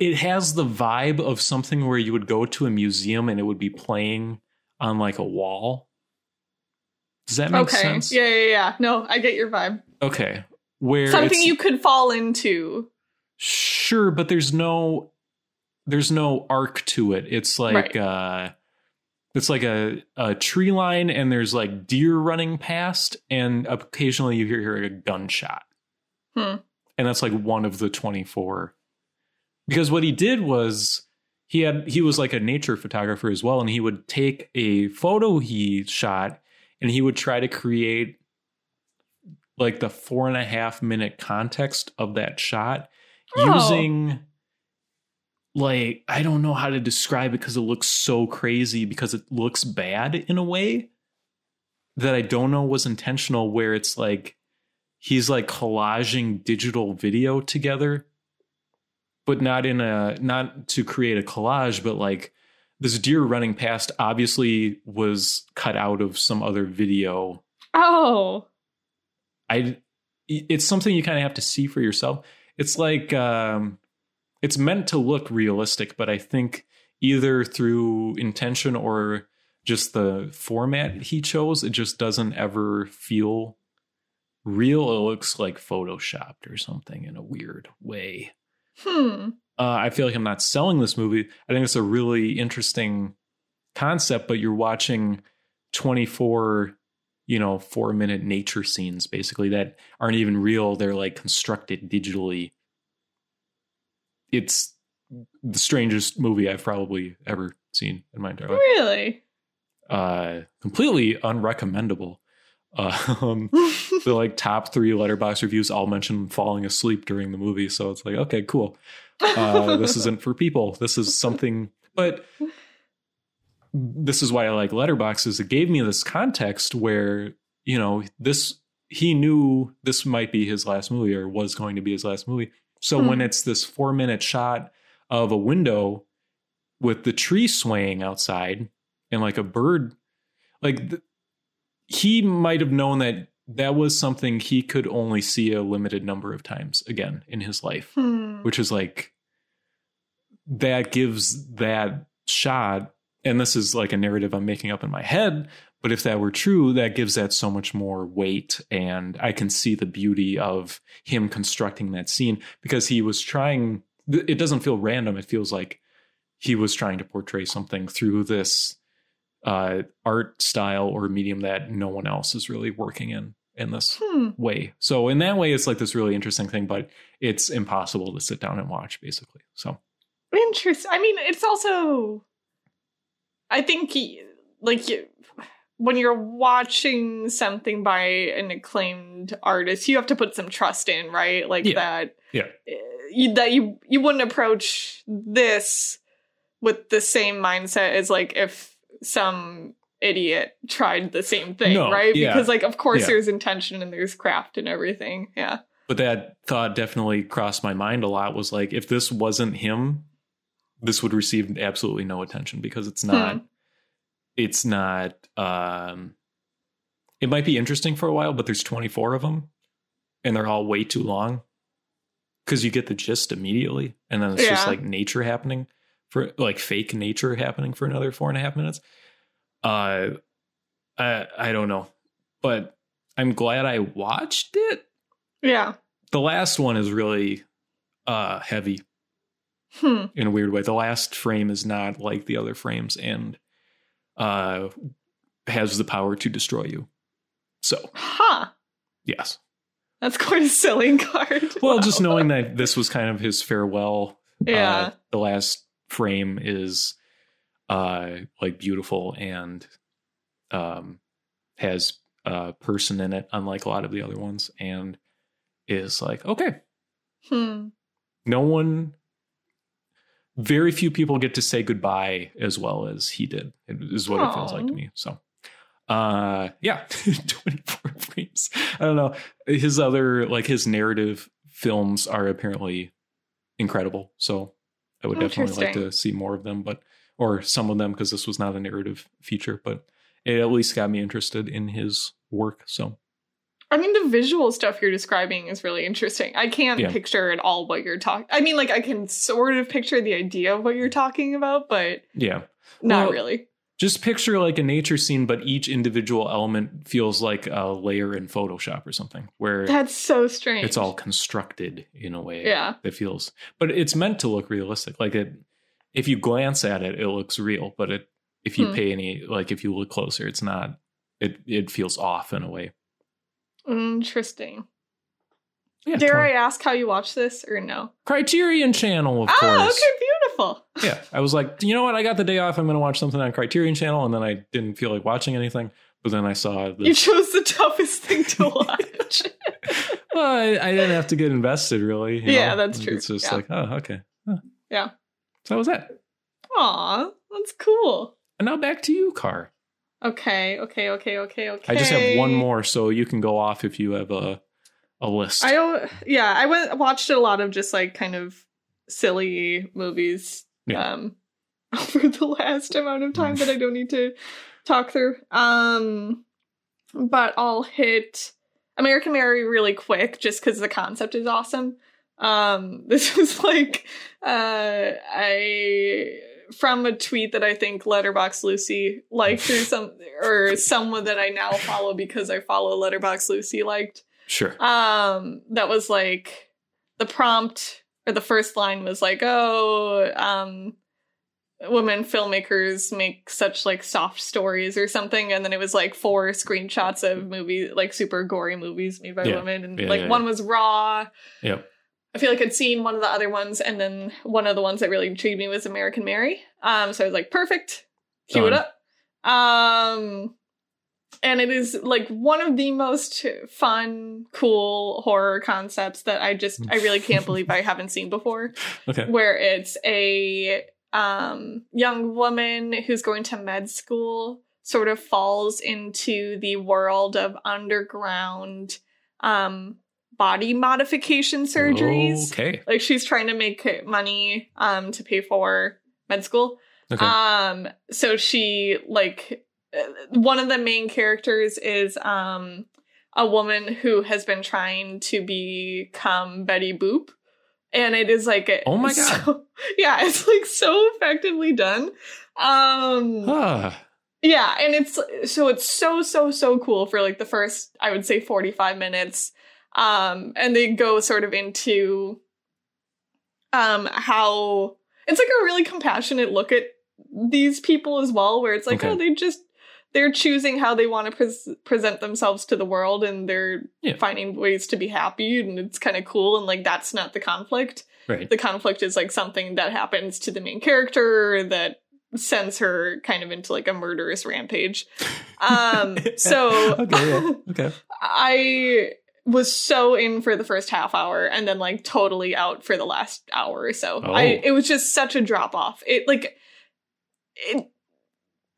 A: it has the vibe of something where you would go to a museum and it would be playing on like a wall. Does that make
B: okay.
A: sense?
B: Yeah, yeah, yeah. No, I get your vibe.
A: Okay. Where
B: Something
A: it's-
B: you could fall into.
A: sure, but there's no there's no arc to it. It's like uh it's like a, a tree line and there's like deer running past and occasionally you hear, hear a gunshot.
B: Hmm.
A: And that's like one of the 24. Because what he did was he had he was like a nature photographer as well and he would take a photo he shot and he would try to create like the four and a half minute context of that shot
B: Oh.
A: using like I don't know how to describe it because it looks so crazy because it looks bad in a way that I don't know was intentional where it's like he's like collaging digital video together but not in a not to create a collage but like this deer running past obviously was cut out of some other video
B: Oh.
A: I it's something you kind of have to see for yourself. It's like um it's meant to look realistic, but I think either through intention or just the format he chose, it just doesn't ever feel real. It looks like photoshopped or something in a weird way.
B: Hmm.
A: Uh, I feel like I'm not selling this movie. I think it's a really interesting concept, but you're watching 24, you know, four minute nature scenes basically that aren't even real. They're like constructed digitally. It's the strangest movie I've probably ever seen in my entire life.
B: Really?
A: Uh, completely unrecommendable. Uh, um, the like top three letterbox reviews all mention falling asleep during the movie. So it's like, okay, cool uh, this isn't for people. This is something, but this is why I like letterboxes. It gave me this context where, you know, this he knew this might be his last movie or was going to be his last movie. So when
B: Hmm.
A: it's this four minute shot of a window with the tree swaying outside and like a bird, like th- he might have known that that was something he could only see a limited number of times again in his life
B: Hmm.
A: which is like that gives that shot and this is like a narrative i'm making up in my head but if that were true that gives that so much more weight and i can see the beauty of him constructing that scene because he was trying th- it doesn't feel random it feels like he was trying to portray something through this uh, art style or medium that no one else is really working in in this
B: Hmm.
A: way. So in that way, it's like this really interesting thing, but it's impossible to sit down and watch basically. So
B: Interesting. I mean, it's also. I think, y- like, you, when you're watching something by an acclaimed artist, you have to put some trust in, right? Like
A: Yeah.
B: that.
A: Yeah.
B: uh, You, that you you wouldn't approach this with the same mindset as like if some idiot tried the same thing,
A: No,
B: right?
A: yeah.
B: Because like, of course,
A: Yeah.
B: there's intention and there's craft and everything. Yeah.
A: but that thought definitely crossed my mind a lot was like if this wasn't him, this would receive absolutely no attention because it's not it's not um it might be interesting for a while, but there's 24 of them and they're all way too long because you get the gist immediately. And then it's just
B: Yeah.
A: like nature happening for like fake nature happening for another four and a half minutes. Uh, I, I don't know, but I'm glad I watched it.
B: Yeah.
A: The last one is really uh, heavy
B: Hmm.
A: in a weird way. The last frame is not like the other frames and uh, has the power to destroy you. So,
B: Huh.
A: yes.
B: That's quite a silly card.
A: Well, just knowing that this was kind of his farewell.
B: yeah.
A: Uh, the last frame is uh like beautiful and um has a person in it, unlike a lot of the other ones, and is like, okay,
B: Hmm.
A: no one very few people get to say goodbye as well as he did. It is what it feels like to
B: Aw.
A: me. So uh yeah 24 frames i don't know his other like his narrative films are apparently incredible so i would definitely like
B: Interesting.
A: to see more of them but or some of them because this was not a narrative feature but it at least got me interested in his work so
B: I mean, the visual stuff you're describing is really interesting. I can't
A: Yeah.
B: picture at all what you're talking. I mean, like I can sort of picture the idea of what you're talking about, but
A: yeah
B: not
A: Well,
B: really.
A: just picture like a nature scene but each individual element feels like a layer in photoshop or something where
B: That's so strange.
A: it's all constructed in a way
B: Yeah.
A: that feels but it's meant to look realistic like it if you glance at it it looks real but it if you
B: Hmm.
A: pay any like if you look closer it's not it it feels off in a way
B: Interesting.
A: yeah,
B: Dare
A: 20
B: I ask how you watch this or no?
A: criterion channel of
B: Ah,
A: course
B: okay, beautiful.
A: yeah i was like you know what i got the day off i'm gonna watch something on criterion channel and then i didn't feel like watching anything but then i saw
B: You
A: this
B: chose the toughest thing to watch.
A: well, I, I didn't have to get invested really you
B: Yeah,
A: know?
B: that's
A: Like,
B: true.
A: it's just
B: Yeah.
A: like oh okay Huh.
B: Yeah.
A: so that was that
B: Aw, that's cool.
A: and now back to you car
B: Okay, okay, okay, okay, okay.
A: I just have one more, so you can go off if you have a a list.
B: I don't. Yeah, I went watched a lot of just like kind of silly movies.
A: Yeah.
B: Um, over the last amount of time that I don't need to talk through. Um, but I'll hit American Mary really quick just because the concept is awesome. Um, this was like uh, I from a tweet that I think Letterbox Lucy liked through some or someone that I now follow because I follow Letterbox Lucy liked
A: sure.
B: um that was like the prompt or the first line was like oh um women filmmakers make such like soft stories or something and then it was like four screenshots of movie like super gory movies made by
A: Yeah.
B: women and
A: Yeah,
B: like
A: yeah,
B: one was raw
A: Yep.
B: I feel like I'd seen one of the other ones, and then one of the ones that really intrigued me was American Mary. Um, so I was like, perfect, cue it
A: Done.
B: up. Um, and it is like one of the most fun, cool horror concepts that I just I really can't believe I haven't seen before.
A: Okay.
B: Where it's a um young woman who's going to med school sort of falls into the world of underground um body modification surgeries
A: Okay.
B: like she's trying to make money um to pay for med school
A: Okay.
B: um so she like uh, one of the main characters is um a woman who has been trying to become Betty Boop and it is like a-
A: Oh my
B: so- yeah it's like so effectively done um
A: ah.
B: yeah, and it's so it's so so so cool for like the first I would say 45 minutes. Um and they go sort of into um how it's like a really compassionate look at these people as well where it's like
A: Okay.
B: oh they just they're choosing how they want to pres present themselves to the world and they're
A: Yeah.
B: finding ways to be happy and it's kind of cool and like that's not the conflict
A: Right.
B: the conflict is like something that happens to the main character that sends her kind of into like a murderous rampage. Um so
A: okay. Yeah. Okay.
B: I was so in for the first half hour and then like totally out for the last hour or so.
A: Oh.
B: I it was just such a drop off. It like it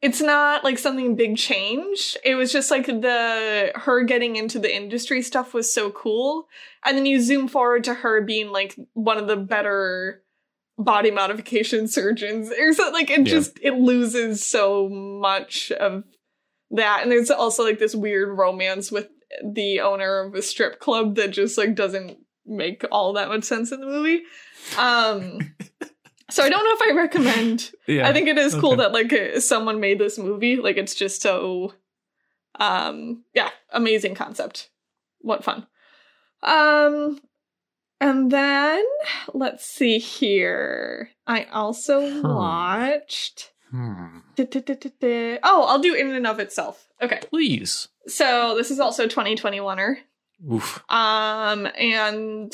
B: it's not like something big change. It was just like the her getting into the industry stuff was so cool. And then you zoom forward to her being like one of the better body modification surgeons or something like it
A: Yeah.
B: just it loses so much of that and there's also like this weird romance with the owner of a strip club that just like doesn't make all that much sense in the movie um so i don't know if i recommend
A: Yeah.
B: i think it is cool
A: Okay.
B: that like uh, someone made this movie like it's just so um yeah amazing concept what fun um and then let's see here i also
A: Hmm.
B: watched
A: Hmm.
B: oh i'll do in and of itself okay
A: Please.
B: so this is also 2021er.
A: Oof.
B: Um, and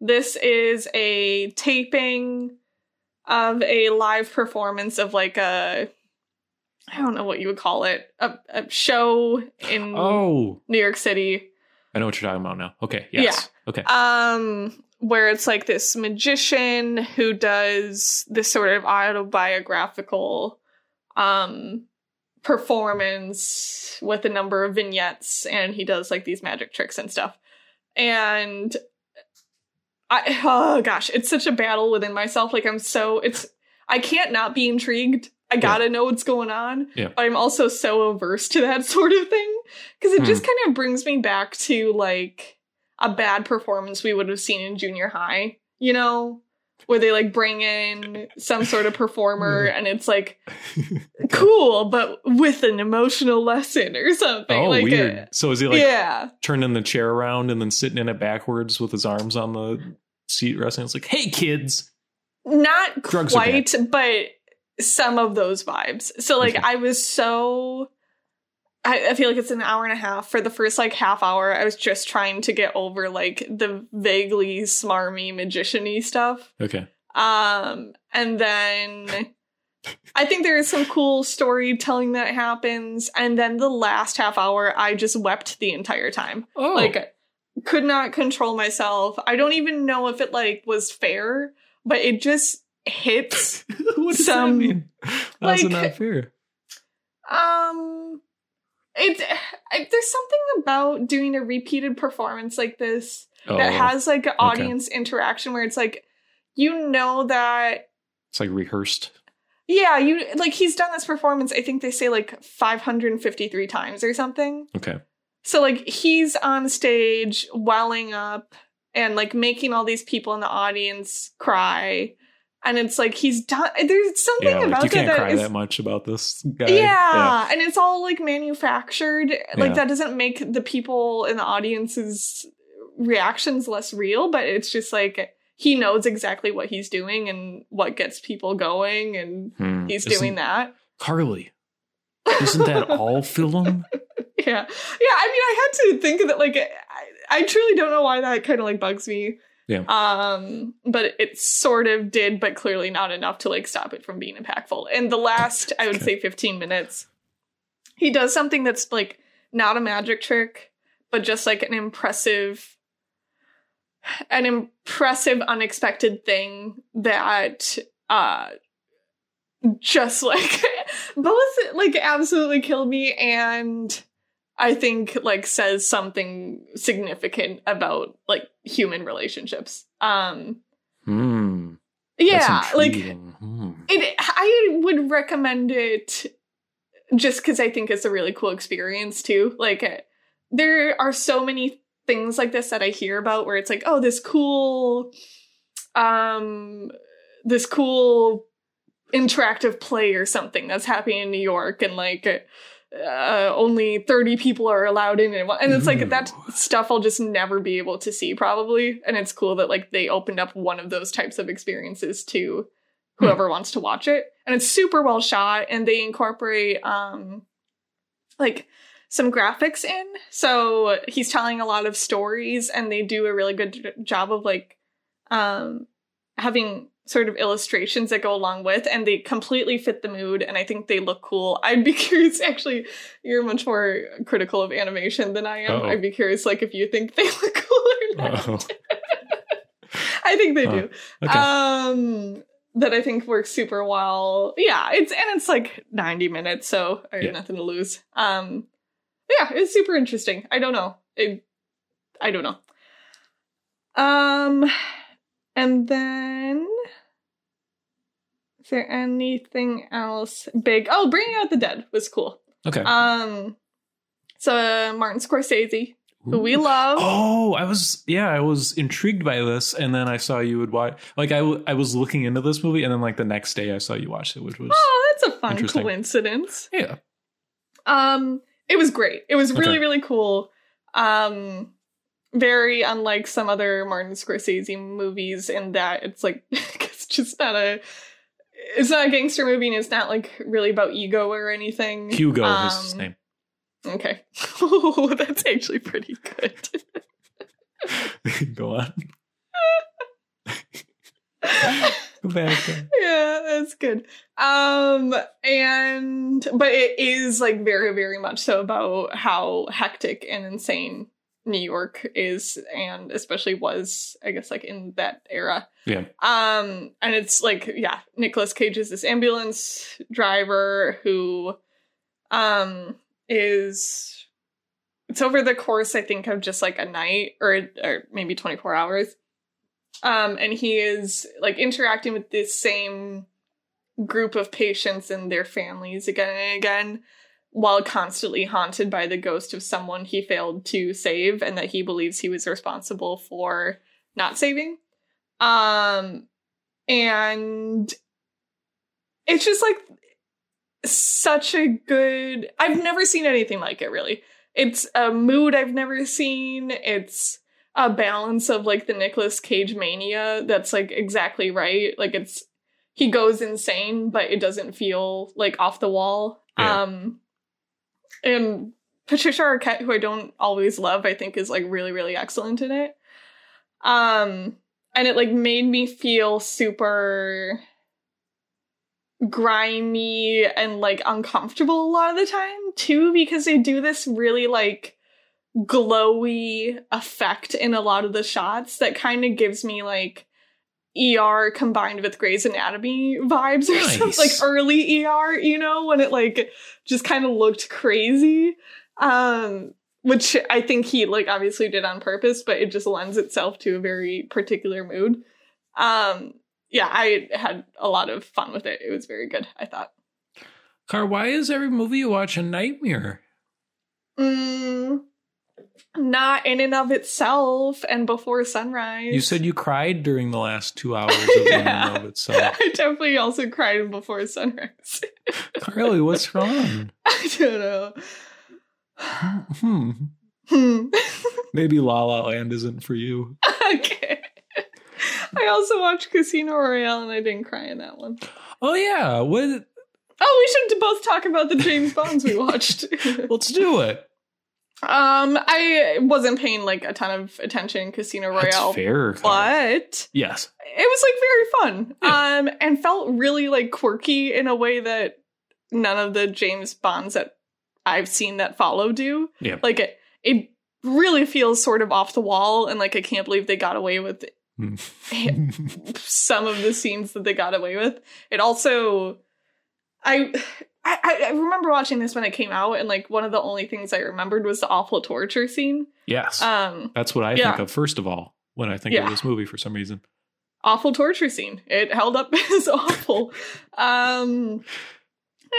B: this is a taping of a live performance of like a I don't know what you would call it, a, a show in
A: Oh,
B: New York City.
A: I know what you're talking about now. Okay. Yes. Okay.
B: Um, where it's like this magician who does this sort of autobiographical um performance with a number of vignettes and he does like these magic tricks and stuff. And I oh gosh, it's such a battle within myself. Like I'm so it's I can't not be intrigued. I gotta know what's going on.
A: Yeah.
B: But I'm also so averse to that sort of thing. Because it
A: Hmm.
B: just kind of brings me back to like a bad performance we would have seen in junior high, you know? Where they like bring in some sort of performer
A: Hmm.
B: and it's like cool, but with an emotional lesson or something.
A: oh,
B: like
A: weird.
B: uh,
A: so is he like
B: yeah.
A: turning the chair around and then sitting in it backwards with his arms on the seat resting? It's like, hey, kids.
B: not
A: Drugs are bad.
B: quite but some of those vibes so like
A: Okay.
B: i was so I, I feel like it's an hour and a half for the first like half hour i was just trying to get over like the vaguely smarmy magician-y stuff
A: Okay.
B: um and then i think there is some cool storytelling that happens and then the last half hour i just wept the entire time
A: Oh,
B: like could not control myself i don't even know if it like was fair but it just hits
A: what does that
B: some-
A: mean? That's
B: like-
A: not fair.
B: um it I, there's something about doing a repeated performance like this
A: Oh,
B: that has like audience interaction where it's like you know that
A: it's like rehearsed.
B: yeah you like he's done this performance i think they say like 553 times or something
A: Okay.
B: So like he's on stage welling up and like making all these people in the audience cry. And it's like he's done there's something
A: Yeah, like
B: about
A: you can't
B: that that
A: cry
B: is
A: that much about this guy.
B: yeah. and it's all like manufactured. Like
A: Yeah.
B: that doesn't make the people in the audience's reactions less real, but it's just like he knows exactly what he's doing and what gets people going and
A: Hmm.
B: he's
A: Isn't-
B: doing that.
A: Carly, isn't that all film?
B: Yeah. Yeah. I mean, I had to think of it. Like, I, I truly don't know why that kind of like bugs me.
A: Yeah.
B: Um, but it sort of did, but clearly not enough to like stop it from being impactful. And the last, I would
A: Okay.
B: say 15 minutes, he does something that's like not a magic trick, but just like an impressive, an impressive, unexpected thing that, uh, just like both like absolutely killed me and i think like says something significant about like human relationships um
A: Hmm.
B: yeah
A: That's
B: like it
A: intriguing. Hmm.
B: i would recommend it just because i think it's a really cool experience too like eh, there are so many things like this that i hear about where it's like oh this cool um this cool interactive play or something that's happening in New York and like uh, only 30 people are allowed in and, and it's like that
A: Ooh.
B: stuff I'll just never be able to see probably and it's cool that like they opened up one of those types of experiences to whoever wants to watch it and it's super well shot and they incorporate um like some graphics in so he's telling a lot of stories and they do a really good j- job of like um having sort of illustrations that go along with and they completely fit the mood and i think they look cool i'd be curious actually you're much more critical of animation than i am
A: Uh-oh.
B: i'd be curious like if you think they look cool or not
A: Uh-oh.
B: i think they
A: Huh.
B: do
A: Okay.
B: um that i think works super well yeah it's and it's like 90 minutes so i have
A: Yeah.
B: nothing to lose um yeah it's super interesting i don't know it, i don't know um and then is there anything else big oh bringing out the dead was cool
A: okay.
B: um so martin scorsese who we
A: Ooh.
B: love
A: Oh, I was yeah, I was intrigued by this, and then I saw you would watch. Like I, w- I was looking into this movie, and then like the next day I saw you watched it, which was
B: oh that's a fun
A: Interesting.
B: coincidence
A: yeah,
B: Um, it was great. It was really
A: Okay.
B: really cool. Um, very unlike some other Martin Scorsese movies in that it's like it's just not a it's not a gangster movie and it's not like really about ego or anything.
A: Hugo
B: um,
A: is his name.
B: Okay, oh, that's actually pretty good.
A: Go on. Go back. there.
B: yeah, that's good. Um, and but it is like very, very much so about how hectic and insane New York is, and especially was, I guess, like in that era.
A: Yeah.
B: Um, and it's like, yeah, Nicolas Cage is this ambulance driver who um, is it's over the course, I think, of just like a night or or maybe 24 hours. Um, and he is like interacting with this same group of patients and their families again and again while constantly haunted by the ghost of someone he failed to save and that he believes he was responsible for not saving. Um and it's just like such a good I've never seen anything like it really. It's a mood I've never seen. It's a balance of like the Nicolas Cage mania that's like exactly right. Like it's he goes insane, but it doesn't feel like off the wall.
A: Yeah.
B: Um and Patricia Arquette, who I don't always love, I think is like really, really excellent in it. Um, and it like made me feel super grimy and like uncomfortable a lot of the time too, because they do this really like glowy effect in a lot of the shots that kind of gives me like ER combined with Grey's Anatomy vibes or something
A: Nice.
B: like early ER, you know, when it like just kind of looked crazy. Um which I think he like obviously did on purpose, but it just lends itself to a very particular mood. Um yeah, I had a lot of fun with it. It was very good, I thought.
A: Car, why is every movie you watch a nightmare?
B: Mm, not in and of itself and before sunrise.
A: You said you cried during the last two hours of
B: Yeah.
A: yeah. of itself.
B: I definitely also cried in before sunrise.
A: Carly, what's wrong?
B: I don't know.
A: Hmm.
B: Hmm.
A: Maybe La La Land isn't for you.
B: okay. I also watched Casino Royale and I didn't cry in that one.
A: Oh yeah, what?
B: Oh, we should both talk about the James Bonds we watched. um,
A: Let's do it.
B: I wasn't paying like a ton of attention in Casino Royale,
A: That's fair. Carl.
B: but
A: Yes.
B: it was like very fun. Um, and felt really like quirky in a way that none of the James Bonds that I've seen that follow do.
A: Yeah.
B: Like it, it really feels sort of off the wall, and like I can't believe they got away with
A: Hmm.
B: some of the scenes that they got away with. It also, I, I, I- I remember watching this when it came out, and like one of the only things I remembered was the awful torture scene.
A: yes.
B: Um,
A: That's what I think
B: yeah.
A: of first of all when I think
B: Yeah.
A: of this movie for some reason.
B: awful torture scene. It held up as awful. um,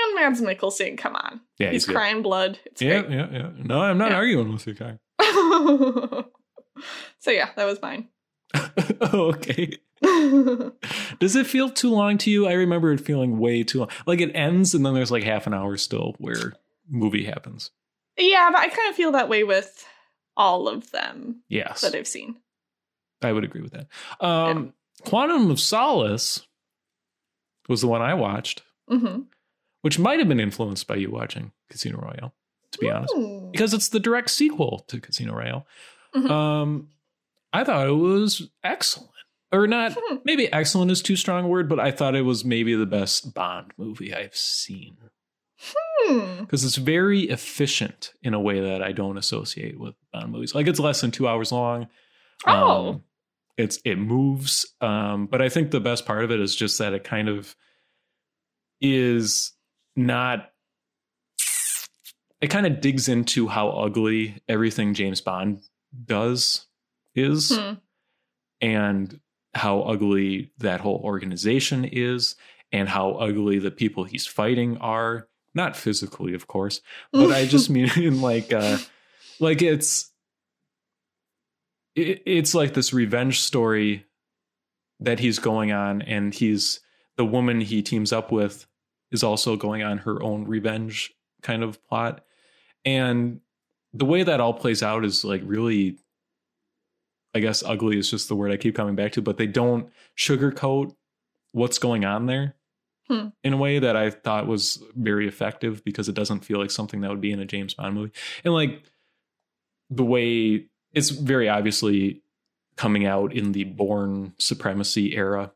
B: and Mads Mikkelsen, come on,
A: Yeah,
B: he's
A: good.
B: crying blood. It's
A: Yeah,
B: great.
A: yeah, yeah. No, I'm not
B: Yeah.
A: arguing with you, Car.
B: so yeah, that was mine.
A: okay. Does it feel too long to you? I remember it feeling way too long. Like it ends and then there's like half an hour still where movie happens.
B: yeah, but I kind of feel that way with all of them
A: Yes.
B: that I've seen.
A: I would agree with that. Um, Quantum of Solace was the one I watched,
B: Mm-hmm.
A: which might have been influenced by you watching Casino Royale, to be honest,
B: Mm.
A: because it's the direct sequel to Casino Royale.
B: Mhm.
A: Um, I thought it was excellent, or not.
B: Hmm.
A: Maybe excellent is too strong a word, but I thought it was maybe the best Bond movie I've seen
B: Hmm.
A: because it's very efficient in a way that I don't associate with Bond movies. Like it's less than two hours long.
B: Oh.
A: Um, it's it moves. Um, but I think the best part of it is just that it kind of is not. It kind of digs into how ugly everything James Bond does is
B: Hmm.
A: and how ugly that whole organization is and how ugly the people he's fighting are not physically of course but i just mean in like uh like it's it, it's like this revenge story that he's going on and he's the woman he teams up with is also going on her own revenge kind of plot and the way that all plays out is like really I guess ugly is just the word I keep coming back to, but they don't sugarcoat what's going on there
B: Hmm.
A: in a way that I thought was very effective because it doesn't feel like something that would be in a James Bond movie. And like the way it's very obviously coming out in the born supremacy era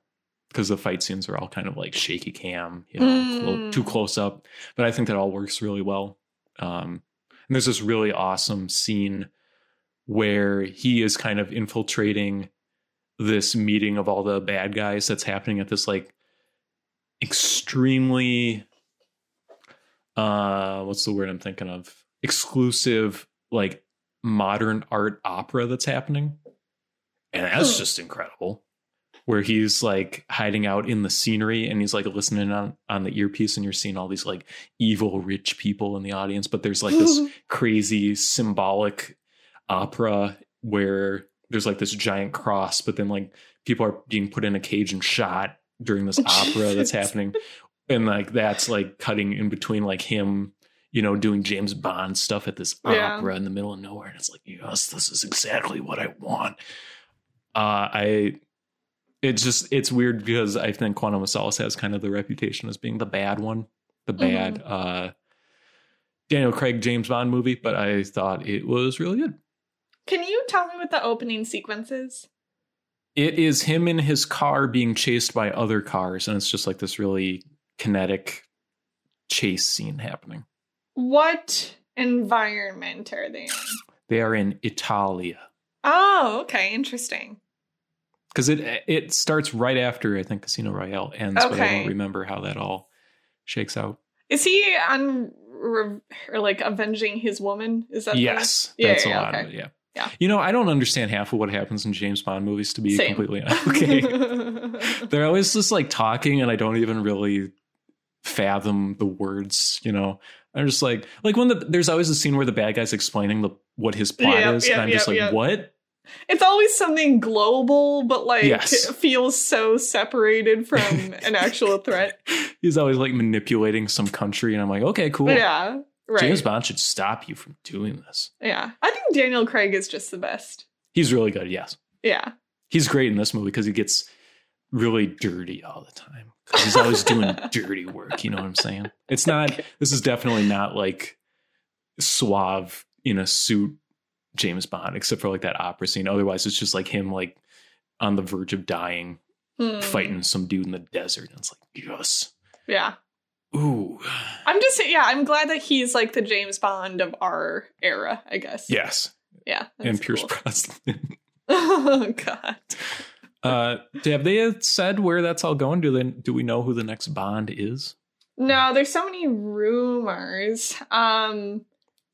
A: because the fight scenes are all kind of like shaky cam, you know, a little
B: Mm.
A: too close up. But I think that all works really well. Um, and there's this really awesome scene where he is kind of infiltrating this meeting of all the bad guys that's happening at this like extremely uh what's the word I'm thinking of? Exclusive like modern art opera that's happening. And that's just incredible. Where he's like hiding out in the scenery and he's like listening on, on the earpiece and you're seeing all these like evil rich people in the audience, but there's like this crazy symbolic opera where there's like this giant cross, but then like people are being put in a cage and shot during this opera that's
B: Jesus.
A: happening. And like that's like cutting in between like him, you know, doing James Bond stuff at this
B: Yeah.
A: opera in the middle of nowhere. And it's like, yes, this is exactly what I want. Uh I it's just it's weird because I think Quantum of Solace has kind of the reputation as being the bad one. The bad uh Daniel Craig James Bond movie, but I thought it was really good.
B: Can you tell me what the opening sequence is?
A: It is him in his car being chased by other cars, and it's just like this really kinetic chase scene happening.
B: What environment are they in?
A: They are in Italia
B: Oh, okay, interesting.
A: because it it starts right after I think Casino Royale ends, but I
B: Okay.
A: don't remember how that all shakes out.
B: Is he on re- or like avenging his woman? Is that the-
A: yes,
B: Yeah,
A: that's
B: yeah,
A: a lot
B: okay.
A: of it. Yeah.
B: Yeah.
A: You know, I don't understand half of what happens in James Bond movies. To be
B: Same.
A: completely honest. okay. They're always just like talking, and I don't even really fathom the words. You know, I'm just like, like when the there's always a scene where the bad guy's explaining the what his plot
B: Yep,
A: is,
B: yep,
A: and I'm just
B: yep,
A: like,
B: yep.
A: what?
B: it's always something global, but like
A: Yes.
B: it feels so separated from an actual threat.
A: He's always like manipulating some country, and I'm like, okay, cool.
B: Yeah, right.
A: James Bond should stop you from doing this.
B: Yeah, I think Daniel Craig is just the best.
A: He's really good. Yes,
B: Yeah,
A: he's great in this movie because he gets really dirty all the time. 'Cause He's always doing dirty work. You know what I'm saying? It's not. This is definitely not like suave in a suit James Bond, except for like that opera scene. Otherwise, it's just like him like on the verge of dying,
B: Hmm.
A: fighting some dude in the desert. And it's like, yes,
B: Yeah,
A: ooh,
B: I'm just yeah. I'm glad that he's like the James Bond of our era. I guess.
A: yes,
B: Yeah.
A: and
B: that's
A: Pierce
B: cool.
A: Brosnan.
B: oh God.
A: uh, have they said where that's all going? Do they? Do we know who the next Bond is?
B: No, there's so many rumors. Um,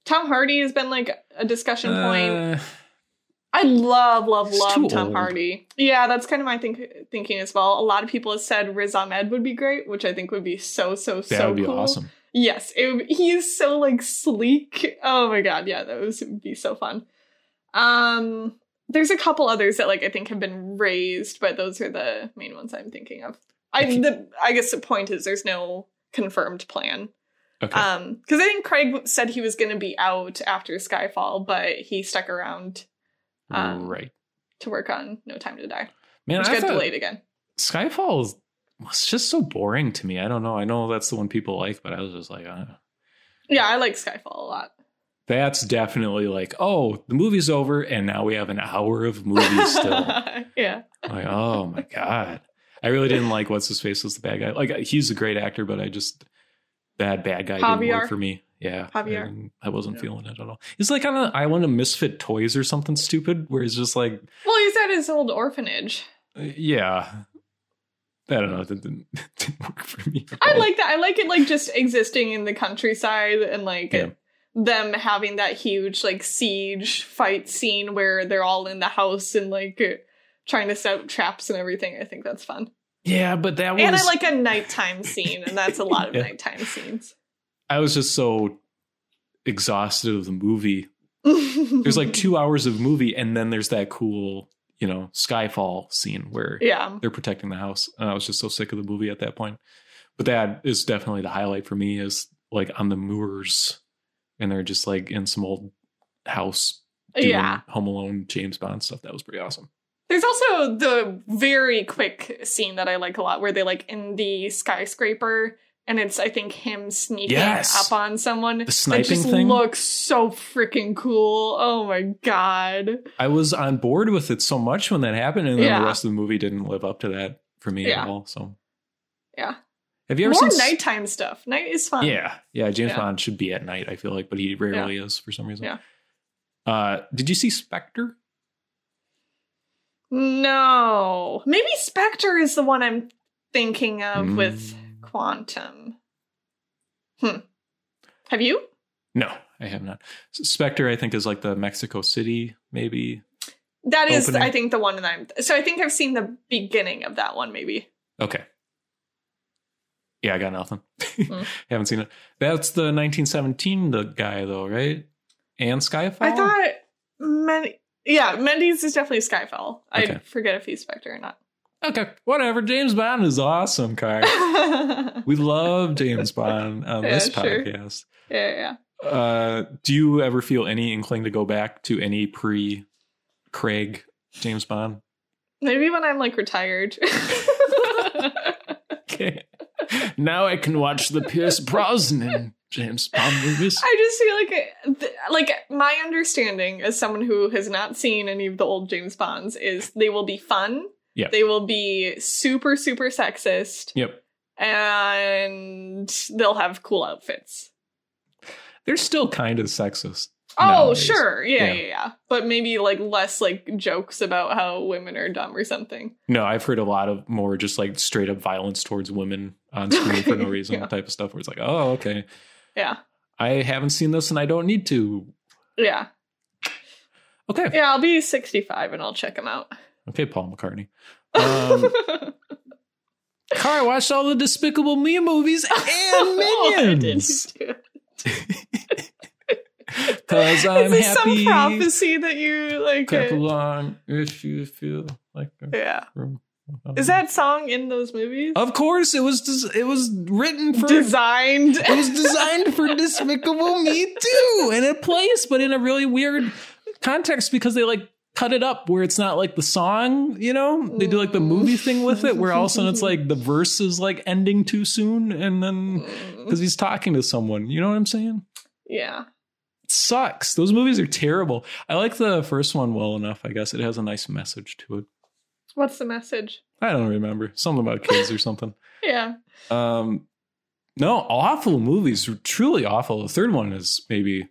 B: Tom Hardy has been like a discussion point.
A: Uh,
B: I love, love,
A: He's
B: love
A: too
B: Tom
A: old.
B: Hardy. Yeah, that's kind of my think- thinking as well. A lot of people have said Riz Ahmed would be great, which I think would be so, so,
A: that
B: so
A: would be
B: cool.
A: awesome.
B: Yes, it would, he is so like sleek. Oh my god, yeah, that was, would be so fun. Um, there's a couple others that like I think have been raised, but those are the main ones I'm thinking of. I
A: Okay.
B: the I guess the point is there's no confirmed plan.
A: Okay.
B: Um, because I think Craig said he was going to be out after Skyfall, but he stuck around um,
A: right.
B: to work on No Time to Die,
A: Man,
B: which
A: I
B: got
A: thought
B: delayed again.
A: Skyfall is- was just so boring to me. I don't know. I know that's the one people like, but I was just like, uh,
B: Yeah, I like Skyfall a lot.
A: that's definitely like, oh, the movie's over, and now we have an hour of movies still.
B: yeah,
A: like, oh my god. I really didn't like what's his face was the bad guy. Like uh, he's a great actor, but I just that bad guy didn't
B: Javier.
A: work for me. Yeah, I
B: Javier.
A: didn't- I wasn't
B: Yeah.
A: feeling it at all. He's like on an island of misfit toys or something stupid, where he's just like
B: well, he's at his old orphanage.
A: Uh, yeah i don't know that didn't, didn't work for me at
B: I
A: all.
B: like that. I like it like just existing in the countryside and like
A: Yeah.
B: them having that huge like siege fight scene where they're all in the house and like trying to set up traps and everything. I think that's fun.
A: yeah but that was
B: And I like a nighttime scene, and that's a lot of
A: Yeah.
B: nighttime scenes.
A: i was just so exhausted of the movie
B: There's
A: there's like two hours of movie and then there's that cool you know skyfall scene where
B: Yeah.
A: they're protecting the house and i was just so sick of the movie at that point but that is definitely the highlight for me is like on the moors and they're just like in some old house doing
B: Yeah.
A: home alone james bond stuff that was pretty awesome
B: There's also the very quick scene that I like a lot where they like in the skyscraper and it's I think him sneaking
A: Yes.
B: up on someone.
A: The sniping
B: that just
A: thing?
B: looks so freaking cool. Oh my god.
A: I was on board with it so much when that happened, and then
B: Yeah.
A: the rest of the movie didn't live up to that for me
B: Yeah.
A: at all. So,
B: Yeah.
A: have you
B: More
A: ever seen?
B: nighttime stuff. Night is fun.
A: Yeah, yeah. James
B: Yeah.
A: Bond should be at night. I feel like, but he rarely is for some reason.
B: Yeah.
A: Uh, did you see Spectre?
B: No. Maybe Spectre is the Uh, one I'm thinking of with
A: Mm.
B: Quantum. Hmm. Have you?
A: No, I have not. Spectre, I think, is like the Mexico City, maybe.
B: That is,
A: Opening.
B: I think, the one that I'm. So I think I've seen the beginning of that one, maybe.
A: Okay. Yeah, I got nothing.
B: Mm.
A: Haven't seen it. That's the 1917 the guy though, right? And Skyfall.
B: I thought many. Yeah, Mendes is definitely Skyfall.
A: Okay.
B: I forget if he's Spectre or not.
A: Okay, whatever. James Bond is awesome, Kai.
B: yeah,
A: we love James Bond on
B: Yeah,
A: this
B: sure.
A: podcast.
B: yeah.
A: Uh, do you ever feel any inkling to go back to any pre Craig James Bond?
B: Maybe when I'm like retired.
A: Okay. now I can watch the Pierce Brosnan James Bond movies.
B: I just feel like it- th- like my understanding as someone who has not seen any of the old James Bonds is they will be fun.
A: Yeah.
B: They will be super super sexist
A: Yep.
B: and they'll have cool outfits.
A: They're still kind of sexist.
B: Oh,
A: Nowadays.
B: sure. Yeah,
A: Yeah.
B: yeah, yeah, But maybe like less like jokes about how women are dumb or something.
A: No, I've heard a lot of more just like straight up violence towards women on screen for no reason
B: Yeah.
A: type of stuff where it's like, oh, okay.
B: Yeah.
A: I haven't seen this and I don't need to.
B: Yeah.
A: Okay.
B: Yeah, I'll be 65 and I'll check them out.
A: Okay, Paul McCartney. Um, Car, I watched all the Despicable Me movies and
B: Why did you
A: Minions.
B: do it?
A: Because I'm
B: Is this
A: happy.
B: some prophecy that you like?
A: Clap
B: uh,
A: along if you feel like a
B: Yeah.
A: room.
B: Is that song in those movies?
A: Of course, it was. Des- it was written for.
B: Designed.
A: it was designed for Despicable Me too, and it plays, but in a really weird context because they like cut it up where it's not like the song. You know, they do like the movie thing with it, where all of a sudden it's like the verse is like ending too soon, and then
B: Mm,
A: because he's talking to someone. You know what I'm saying?
B: yeah.
A: It sucks. Those movies are terrible. I like the first one well enough. I guess it has a nice message to it.
B: What's the message?
A: I don't remember something about kids or something.
B: Yeah.
A: Um, no, awful movies, truly awful. The third one is maybe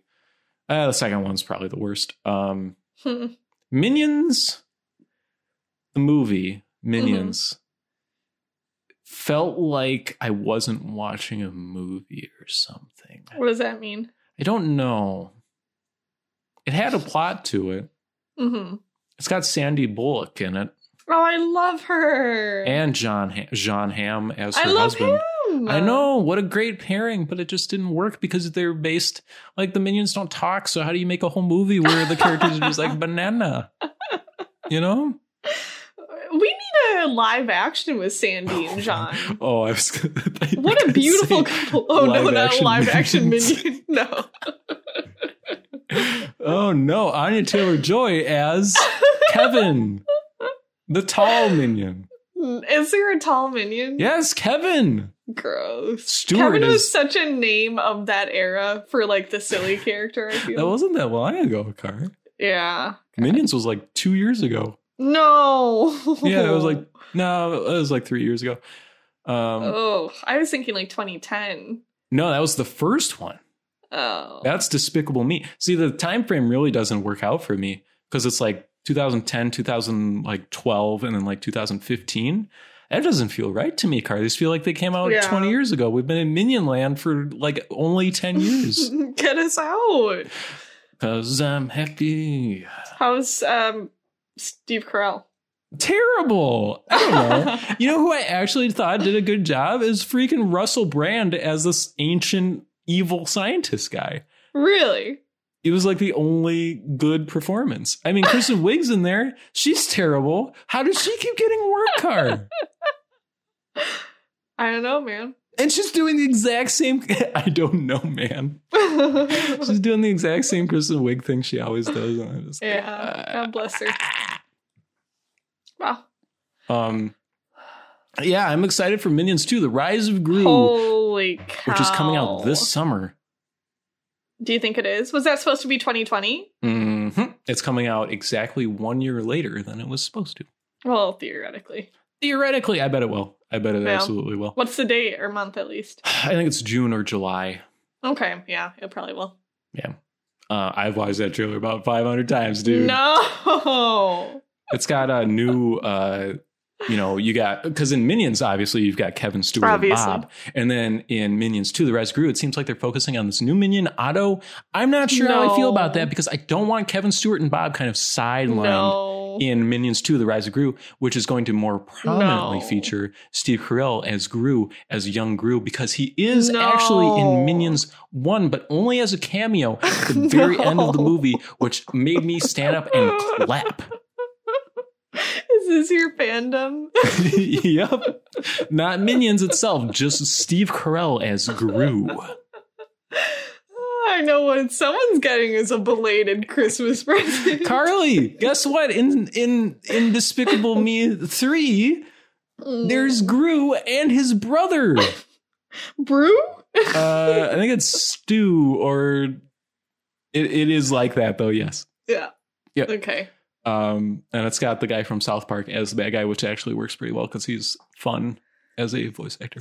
A: uh, the second one's probably the worst. Um,
B: Hmm.
A: Minions, the movie Minions, felt like I wasn't watching a movie or something.
B: what does that mean?
A: I don't know. It had a plot to it.
B: hmm
A: It's got Sandy Bullock in it
B: Oh, I love her.
A: and John ha- John Hamm as her
B: I love
A: husband.
B: him.
A: I know what a great pairing, but it just didn't work because they're based like the minions don't talk. So how do you make a whole movie where the characters are just like banana? You know?
B: We need a live action with Sandy and John.
A: Oh, I was. gonna- I thought you were
B: What a
A: gonna
B: beautiful
A: say-
B: couple. Oh, no,
A: live
B: not
A: action
B: live action
A: minions.
B: minion. No.
A: Oh no, Anya Taylor Joy as Kevin, the tall minion.
B: Is there a tall minion?
A: Yes, Kevin.
B: Gross.
A: Stewart
B: Kevin was
A: is-
B: such a name of that era for like the silly character. I feel.
A: That wasn't that long ago, Car.
B: yeah.
A: Minions was like two years ago.
B: No.
A: Yeah, it was like no, it was like three years ago. Um,
B: oh, I was thinking like 2010.
A: no, that was the first one.
B: Oh.
A: That's Despicable Me. See, the time frame really doesn't work out for me because it's like 2010, 2012, and then like 2015. That doesn't feel right to me, Car. These feel like they came out
B: Yeah.
A: 20 years ago. We've been in Minion Land for like only 10 years.
B: Get us out.
A: Cause I'm happy.
B: How's um Steve Carell?
A: Terrible. I don't know. you know who I actually thought did a good job is freaking Russell Brand as this ancient evil scientist guy.
B: really?
A: it was like the only good performance. I mean, Kristen Wiig's in there. She's terrible. How does she keep getting work card?
B: I don't know, man.
A: And she's doing the exact same. I don't know, man. She's doing the exact same Kristen Wiig thing she always does. And I'm just like,
B: yeah.
A: uh,
B: God bless her. Wow.
A: um, yeah, I'm excited for Minions 2, The Rise of Gru,
B: Holy cow.
A: which is coming out this summer.
B: Do you think it is? Was that supposed to be 2020?
A: hmm It's coming out exactly one year later than it was supposed to.
B: Well, theoretically.
A: Theoretically, I bet it will. I bet it
B: Yeah.
A: absolutely will.
B: What's the date or month at least?
A: I think it's June or July.
B: Okay, yeah, it probably will.
A: Uh, I've watched that trailer about 500 times, dude.
B: No.
A: It's got a new uh, you know, you got because in Minions, obviously, you've got Kevin Stewart
B: Obviously.
A: and Bob, and then in Minions Two: The Rise Grew, it seems like they're focusing on this new minion Otto. I'm not sure how I feel about
B: No.
A: that because I don't want Kevin Stewart and Bob kind of sidelined
B: No.
A: in Minions Two: The Rise of Gru, which is going to more prominently
B: No.
A: feature Steve Carell as Gru, as young Gru, because he is
B: No.
A: actually in Minions One, but only as a cameo at the very end of the
B: No.
A: movie, which made me stand up and clap.
B: Is this your fandom?
A: yep. Not Minions itself, just Steve Carell as Gru.
B: I know what someone's getting is a belated Christmas present.
A: Carly, guess what? In in in Despicable Me 3,
B: Mm.
A: there's Gru and his brother.
B: brew.
A: Uh, I think it's Stew or it, it is like that though, yes.
B: Yeah.
A: Yeah.
B: Okay.
A: Um, and it's got the guy from South Park as that guy, which actually works pretty well because he's fun as a voice actor.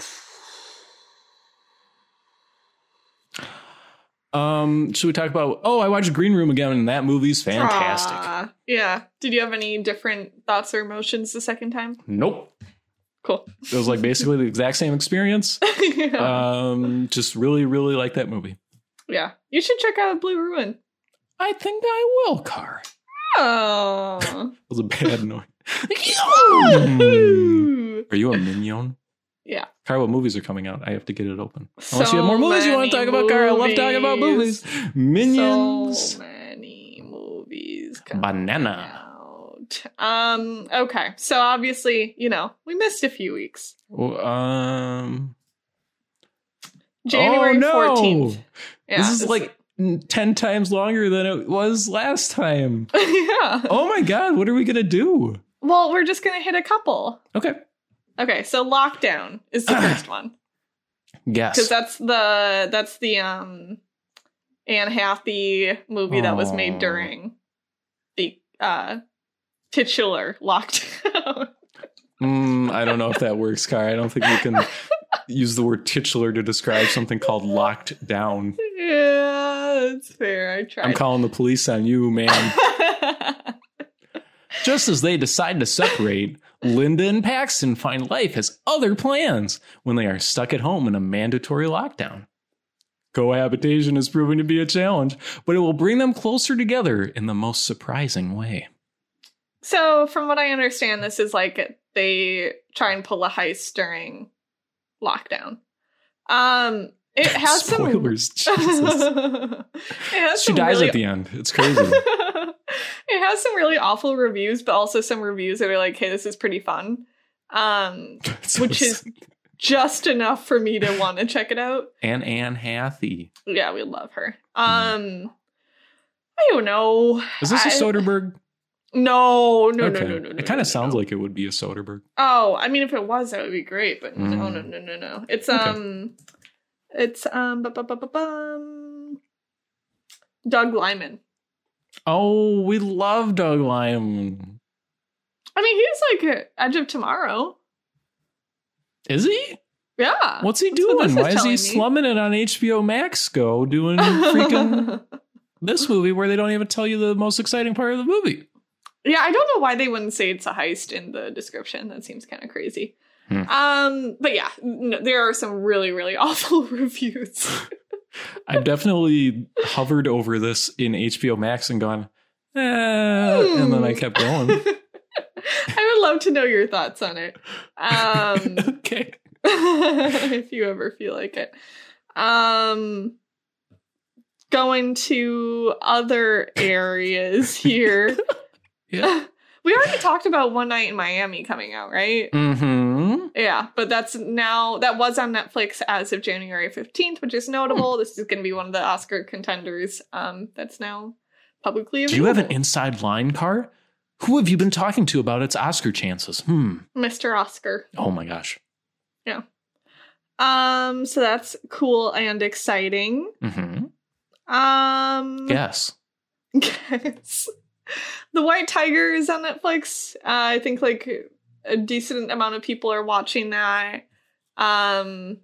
A: Um, should we talk about? Oh, I watched Green Room again, and that movie's fantastic.
B: Ah, yeah. Did you have any different thoughts or emotions the second time?
A: Nope,
B: Cool.
A: it was like basically the exact same experience.
B: yeah.
A: Um, just really, really like that movie.
B: yeah. You should check out Blue Ruin.
A: I think I will, Car.
B: Oh.
A: It was a bad noise. Are you a minion?
B: Yeah.
A: Car, what movies are coming out? I have to get it open. Unless you have more movies you want to talk about, Car. I love talking about movies. Minions.
B: So many movies.
A: Banana.
B: out. Um. Okay. So obviously, you know, we missed a few weeks.
A: Oh, um.
B: January
A: oh, no.
B: fourteenth.
A: this is like n- 10 times longer than it was last time.
B: yeah.
A: Oh my God, what are we going to do?
B: Well, we're just gonna hit a couple.
A: Okay.
B: Okay, so lockdown is the first one because
A: Guess.
B: that's the that's the um Anne Hathaway movie that was made
A: Aw.
B: during the uh titular lockdown.
A: Mm, I don't know if that works, Car. I don't think you can use the word titular to describe something called locked down.
B: yeah, that's fair. I tried.
A: I'm calling the police on you, man. Just as they decide to separate, Linda and Paxton find life has other plans when they are stuck at home in a mandatory lockdown. Cohabitation is proving to be a challenge, but it will bring them closer together in the most surprising way.
B: so, from what I understand, this is like they try and pull a heist during lockdown. Um, it has some
A: Spoilers. Jesus.
B: It has
A: She
B: some
A: dies
B: really-
A: at the end. It's crazy.
B: it has some really awful reviews, but also some reviews that are like, "Hey, this is pretty fun," um,
A: It's
B: which is
A: awesome.
B: just enough for me to want to check it out.
A: and Anne Hathaway.
B: Yeah, we love her. Um, I don't know.
A: Is this a
B: I-
A: Soderbergh?
B: No, no, no,
A: Okay.
B: no, no, no.
A: It kind
B: no,
A: of sounds
B: no.
A: like it would be a Soderbergh.
B: Oh, I mean, if it was, that would be great. But no,
A: Mm.
B: no, no, no, no. It's
A: Okay.
B: um, it's um, bu- bu- bu- bu- bum. Doug Lyman.
A: Oh, we love Doug Lyman.
B: I mean, he's like uh, Edge of Tomorrow.
A: Is he?
B: Yeah.
A: What's he
B: That's what
A: doing?
B: this is
A: Why is he
B: telling me.
A: slumming it on HBO Max? Go doing freaking this movie where they don't even tell you the most exciting part of the movie.
B: yeah, I don't know why they wouldn't say it's a heist in the description. That seems kind of crazy.
A: Hmm.
B: Um, but yeah, no, there are some really, really awful reviews.
A: I've definitely hovered over this in HBO Max and gone, eh, and then I
B: Hmm.
A: kept going.
B: I would love to know your thoughts on it. Um,
A: okay.
B: if you ever feel like it. Um, going to other areas here.
A: Yeah.
B: we already talked about One Night in Miami coming out, right?
A: Mm-hmm.
B: Yeah, but that's now that was on Netflix as of January 15th, which is notable. This is going to be one of the Oscar contenders um that's now
A: Do
B: publicly available.
A: you have an inside line car? Who have you been talking to about its Oscar chances? Hmm.
B: Mr. Oscar.
A: Oh my gosh.
B: Um so that's cool and exciting.
A: Mm-hmm.
B: Um
A: Yes.
B: guess. The White Tiger is on Netflix. Uh, I think like a decent amount of people are watching that. Um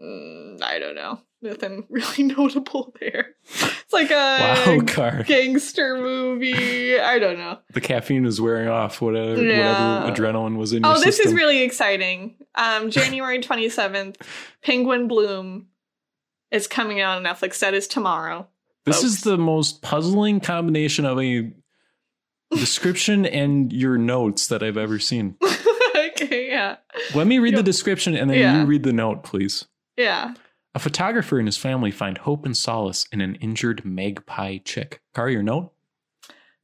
B: mm, I don't know. Nothing really notable there. It's like a
A: Wow, car.
B: gangster movie. I don't know.
A: The caffeine is wearing off. Whatever,
B: Yeah.
A: whatever adrenaline was in your
B: Oh, this
A: system.
B: is really exciting. Um, January 27th, Penguin Bloom is coming out on Netflix. That is tomorrow.
A: This
B: folks.
A: is the most puzzling combination of a description and your notes that I've ever seen.
B: okay, yeah.
A: Let me read
B: Yeah.
A: the description and then
B: Yeah.
A: you read the note, please.
B: Yeah.
A: A photographer and his family find hope and solace in an injured magpie chick. Car, your note?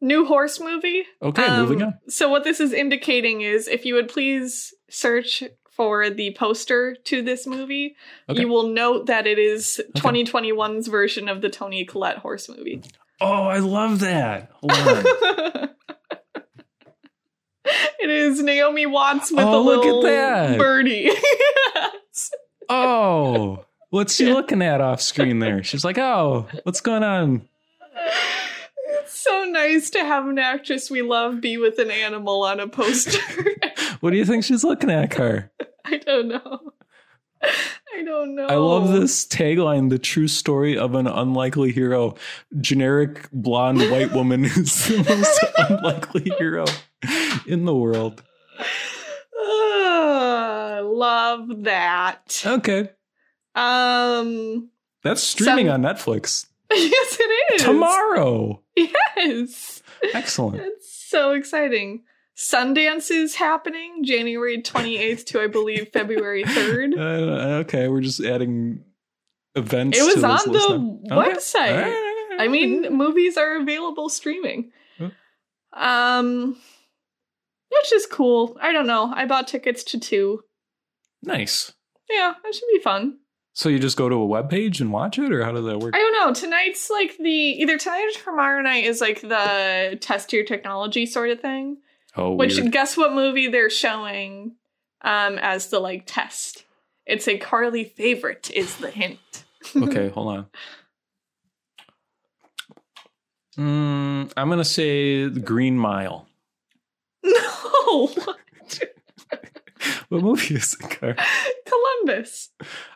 B: New horse movie.
A: Okay,
B: Um,
A: moving on.
B: So, what this is indicating is if you would please search for the poster to this movie,
A: Okay.
B: you will note that it is
A: Okay.
B: 2021's version of the Tony Collette horse movie.
A: Oh, I love that. Hold on.
B: it is Naomi Watts with
A: Oh,
B: a
A: look at
B: little
A: that.
B: birdie. Yes.
A: oh, what's she looking at off screen there? She's like, oh, what's going on?
B: It's so nice to have an actress we love be with an animal on a poster.
A: What do you think she's looking at, Car?
B: I don't know. I don't know.
A: I love this tagline the true story of an unlikely hero. Generic blonde white woman is the most unlikely hero in the world.
B: Ah, love that.
A: Okay.
B: Um,
A: That's streaming
B: Some-
A: on Netflix
B: yes, it is
A: tomorrow.
B: Yes.
A: Excellent.
B: That's so exciting. Sundance is happening January 28th to, I believe, February 3rd.
A: Uh, okay, we're just adding events.
B: It
A: to
B: was
A: this
B: on
A: list now.
B: the
A: Okay. All
B: website.
A: right, all
B: I
A: right.
B: mean, movies are available streaming.
A: Huh.
B: Um, which is cool. I don't know. I bought tickets to two.
A: nice.
B: Yeah, that should be fun.
A: So you just go to a web page and watch it, or how does that work?
B: I don't know. Tonight's like the either tonight or tomorrow night is like the test your technology sort of thing.
A: oh,
B: Which
A: weird.
B: guess what movie they're showing um as the like test. It's a Carly favorite is the hint.
A: okay, hold on. Mm, I'm gonna say the Green Mile.
B: No.
A: What movie is it? Car?
B: Columbus.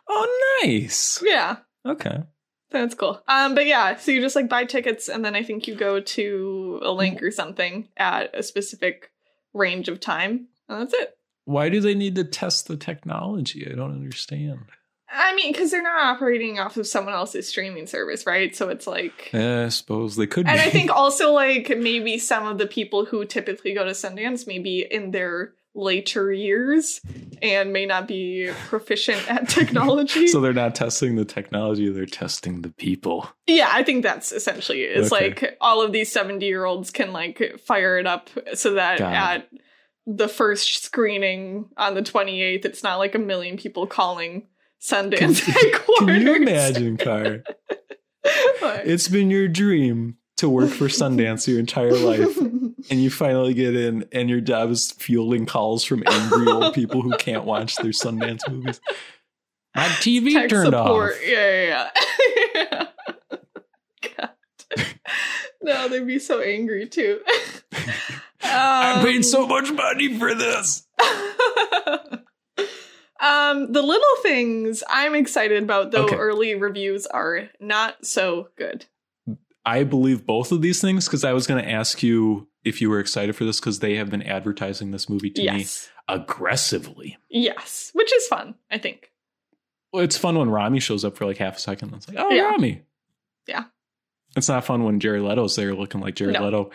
A: Oh, nice.
B: Yeah.
A: Okay.
B: That's cool. Um, but yeah, so you just like buy tickets and then I think you go to a link or something at a specific range of time. And that's it.
A: Why do they need to test the technology? I don't understand.
B: I mean, because they're not operating off of someone else's streaming service, right? So it's like.
A: Eh, I suppose they could.
B: And
A: be.
B: I think also, like, maybe some of the people who typically go to Sundance may be in their later years and may not be proficient at technology.
A: so. They're not testing the technology; they're testing the people.
B: Yeah, I think that's essentially it. It's
A: Okay.
B: like all of these 70 year olds can like fire it up so that
A: Got
B: at the first screening on the 28th, it's not like a million people calling Sundance
A: Can-
B: headquarters.
A: Can you imagine, Car?
B: Like-
A: It's been your dream to work for Sundance your entire life, and you finally get in, and your job is fielding calls from angry old people who can't watch their Sundance movies. My TV
B: Tech
A: turned
B: support.
A: off.
B: Yeah, yeah, yeah. God. No, they'd be so angry too.
A: I
B: Um,
A: paid so much money for this.
B: um, the little things I'm excited about, though
A: Okay.
B: early reviews are not so good.
A: I believe both of these things because I was going to ask you if you were excited for this because they have been advertising this movie to me
B: yes,
A: aggressively.
B: yes, which is fun. I think.
A: Well, it's fun when Rami shows up for like half a second. It's like, oh,
B: Yeah.
A: Rami.
B: Yeah.
A: It's not fun when Jared Leto's there looking like Jared
B: No.
A: Leto.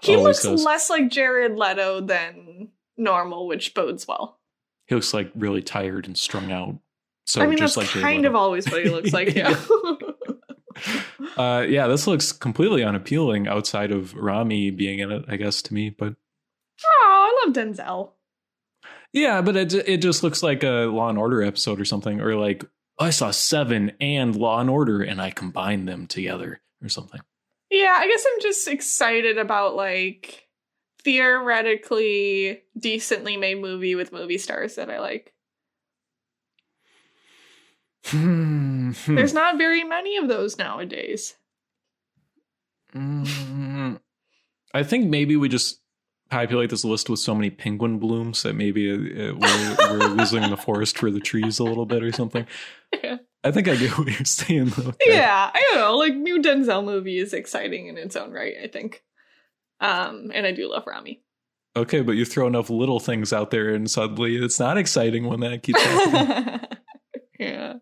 B: He
A: Always
B: looks
A: does.
B: less like Jared Leto than normal, which bodes well.
A: He looks like really tired and strung out. So
B: I mean,
A: just
B: that's
A: like Jared
B: kind of
A: Leto.
B: always what he looks like. Yeah.
A: uh, yeah, this looks completely unappealing outside of Rami being in it, I guess, to me. But
B: oh, I love Denzel.
A: yeah, but it it just looks like a Law and Order episode or something, or like I saw Seven and Law and Order and I combined them together or something.
B: Yeah, I guess I'm just excited about like theoretically decently made movie with movie stars that I like.
A: Hmm. hmm.
B: There's not very many of those nowadays.
A: Mm, I think Mm-hmm. maybe we just populate this list with so many penguin blooms that maybe it, it- we're, we're losing the forest for the trees a little bit or something.
B: Yeah.
A: I think I get what you're saying though. okay.
B: Yeah, I don't know. Like new Denzel movie is exciting in its own right, I think. Um, and I do love Rami.
A: Okay, but you throw enough little things out there, and suddenly it's not exciting when that keeps happening.
B: yeah.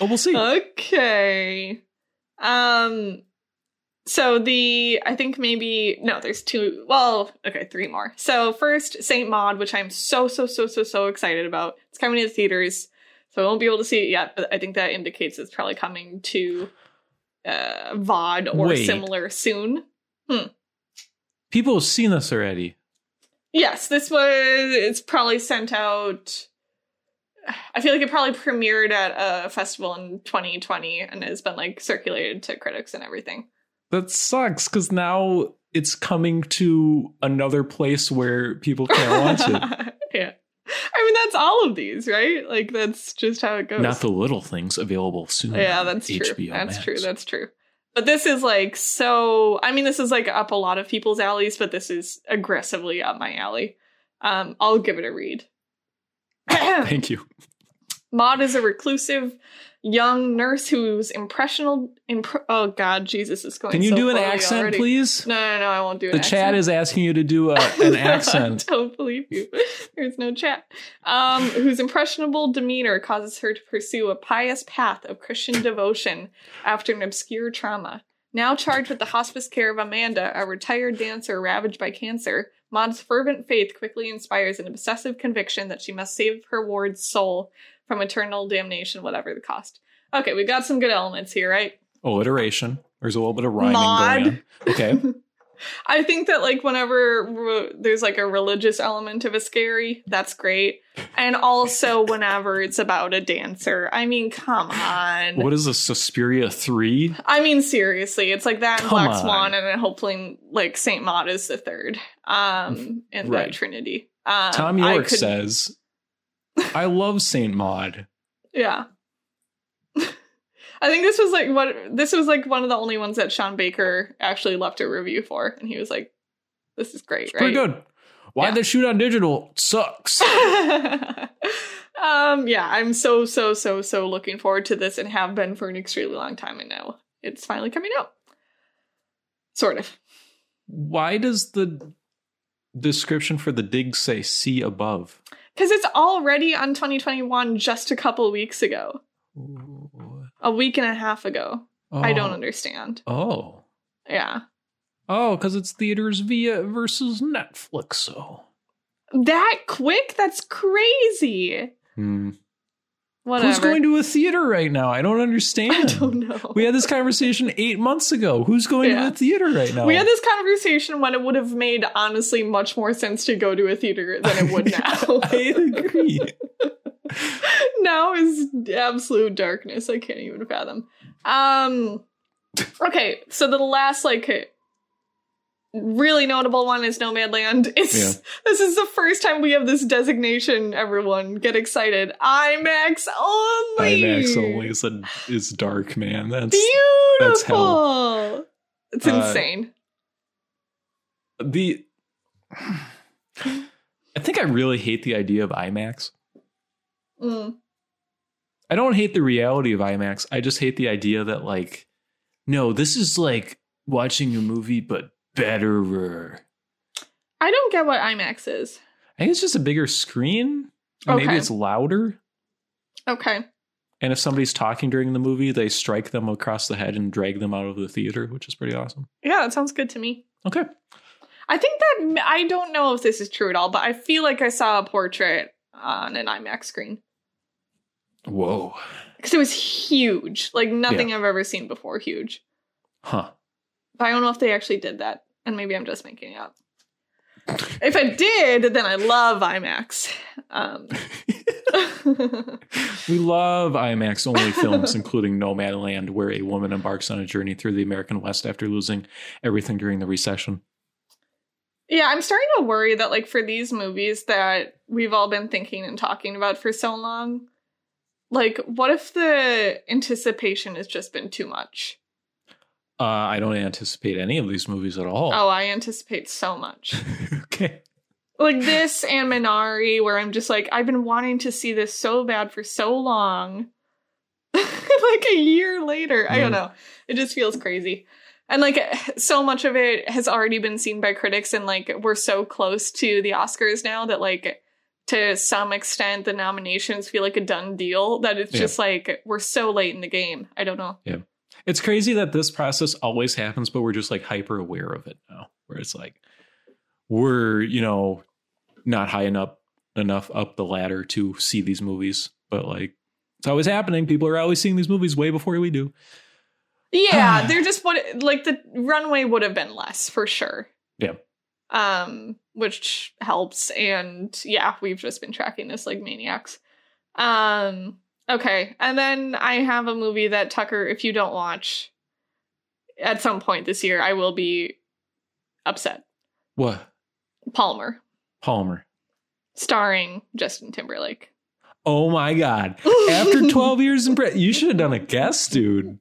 A: oh, we'll see.
B: Okay. Um so the I think maybe no, there's two well, okay, three more. So first Saint Maud, which I'm so so so so so excited about. It's coming to the theaters. So I won't be able to see it yet, but I think that indicates it's probably coming to uh VOD or
A: Wait.
B: similar soon.
A: People have seen this already.
B: Yes, this was it's probably sent out I feel like it probably premiered at a festival in 2020 and has been like circulated to critics and everything.
A: That sucks because now it's coming to another place where people can't watch it.
B: yeah. I mean that's all of these, right? Like that's just how it goes.
A: Not the little things available soon.
B: yeah,
A: on
B: that's true.
A: HBO
B: that's
A: Max.
B: true. That's true. But this is like so I mean this is like up a lot of people's alleys, but this is aggressively up my alley. Um I'll give it a read.
A: Thank you.
B: Maud is a reclusive young nurse who's impressional. Impr- oh God, Jesus is going.
A: Can you
B: so
A: do an
B: poorly
A: accent,
B: already.
A: please?
B: No, no, no, I won't do
A: the
B: an
A: chat
B: accent.
A: is asking you to do a, an accent.
B: I don't believe you. There's no chat. Um, whose impressionable demeanor causes her to pursue a pious path of Christian devotion after an obscure trauma. Now charged with the hospice care of Amanda, a retired dancer ravaged by cancer, Maud's fervent faith quickly inspires an obsessive conviction that she must save her ward's soul from eternal damnation, whatever the cost. Okay, we've got some good elements here, right?
A: Oh, Alliteration. There's a little bit of rhyming
B: Maud.
A: going on. Okay.
B: I think that like whenever re- there's like a religious element of a scary, that's great. And also whenever it's about a dancer. I mean, come on.
A: What is this, Suspiria 3?
B: I mean, seriously, it's like that and
A: Come
B: Black
A: on.
B: Swan, and then hopefully like Saint Maud is the third, um, in the
A: Right.
B: Trinity. Um,
A: Tom
B: I
A: York
B: could-
A: says, I love St. Maud.
B: yeah. I think this was like what this was like one of the only ones that Sean Baker actually left a review for, and he was like, "This is great,
A: It's
B: right?"
A: pretty good. Why'd
B: Yeah.
A: they shoot on digital? It sucks.
B: um yeah i'm so so so so looking forward to this and have been for an extremely long time and now it's finally coming out sort of
A: Why does the description for the dig say see above?
B: because it's already on 2021 just a couple weeks ago a week and a half ago i don't understand
A: Oh.
B: yeah
A: Oh, because it's theaters via versus Netflix. So.
B: that quick that's crazy
A: Hmm.
B: whatever
A: Who's going to a theater right now? I don't understand.
B: i don't know
A: We had this conversation eight months ago. Who's going
B: Yeah.
A: to the theater right now?
B: We had this conversation when it would have made honestly much more sense to go to a theater than it would now.
A: I agree.
B: now is absolute darkness. I can't even fathom. Um Okay, so the last like really notable one is Nomadland. It's
A: Yeah.
B: this is the first time we have this designation, everyone. Get excited. IMAX only.
A: IMAX only is, a, is dark, man. That's
B: Beautiful.
A: that's hell.
B: It's
A: Uh,
B: insane.
A: the. I think I really hate the idea of IMAX.
B: Mm.
A: I don't hate the reality of IMAX. I just hate the idea that, like, no, this is like watching a movie, but betterer.
B: I don't get what IMAX is.
A: I think it's just a bigger screen. Or Maybe
B: Okay.
A: it's louder.
B: Okay.
A: And if somebody's talking during the movie, they strike them across the head and drag them out of the theater, which is pretty awesome.
B: Yeah, that sounds good to me.
A: Okay.
B: I think that I don't know if this is true at all, but I feel like I saw a portrait on an IMAX screen
A: Whoa.
B: because it was huge, like nothing I've ever seen before, huge.
A: Huh.
B: But I don't know if they actually did that, and maybe I'm just making it up. If I did, then I love IMAX. Um,
A: We love IMAX only films, including Nomadland, where a woman embarks on a journey through the American West after losing everything during the recession.
B: yeah, I'm starting to worry that like for these movies that we've all been thinking and talking about for so long, like what if the anticipation has just been too much?
A: Uh, I don't anticipate any of these movies at all.
B: Oh, I anticipate Oh, so much.
A: okay.
B: like this and Minari, where I'm just like, I've been wanting to see this so bad for so long. like a year later, I don't
A: Mm.
B: know. It just feels crazy. And like so much of it has already been seen by critics, and like we're so close to the Oscars now that like to some extent the nominations feel like a done deal. That it's
A: Yeah.
B: just like we're so late in the game. I don't know.
A: It's crazy that this process always happens, but we're just like hyper aware of it now. Where it's like we're, you know, not high enough enough up the ladder to see these movies, but like it's always happening. People are always seeing these movies way before we do.
B: Yeah, they're just what like the runway would have been less for sure.
A: Yeah.
B: Um, which helps. And yeah, we've just been tracking this like maniacs. Um, okay. And then I have a movie that Tucker, if you don't watch at some point this year, I will be upset.
A: What?
B: Palmer,
A: Palmer.
B: starring Justin Timberlake.
A: Oh my god. After 12 years in prison, you should have done a guess, dude.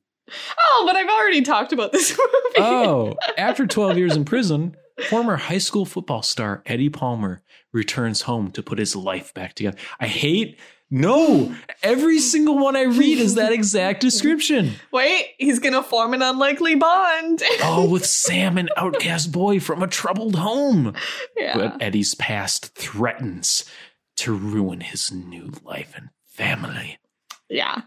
B: Oh, but I've already talked about this movie.
A: Oh, after 12 years in prison, former high school football star Eddie Palmer returns home to put his life back together. I hate no, every single one I read is that exact description.
B: Wait, he's gonna form an unlikely bond.
A: Oh, with Sam, an outcast boy from a troubled home.
B: yeah.
A: But Eddie's past threatens to ruin his new life and family.
B: yeah.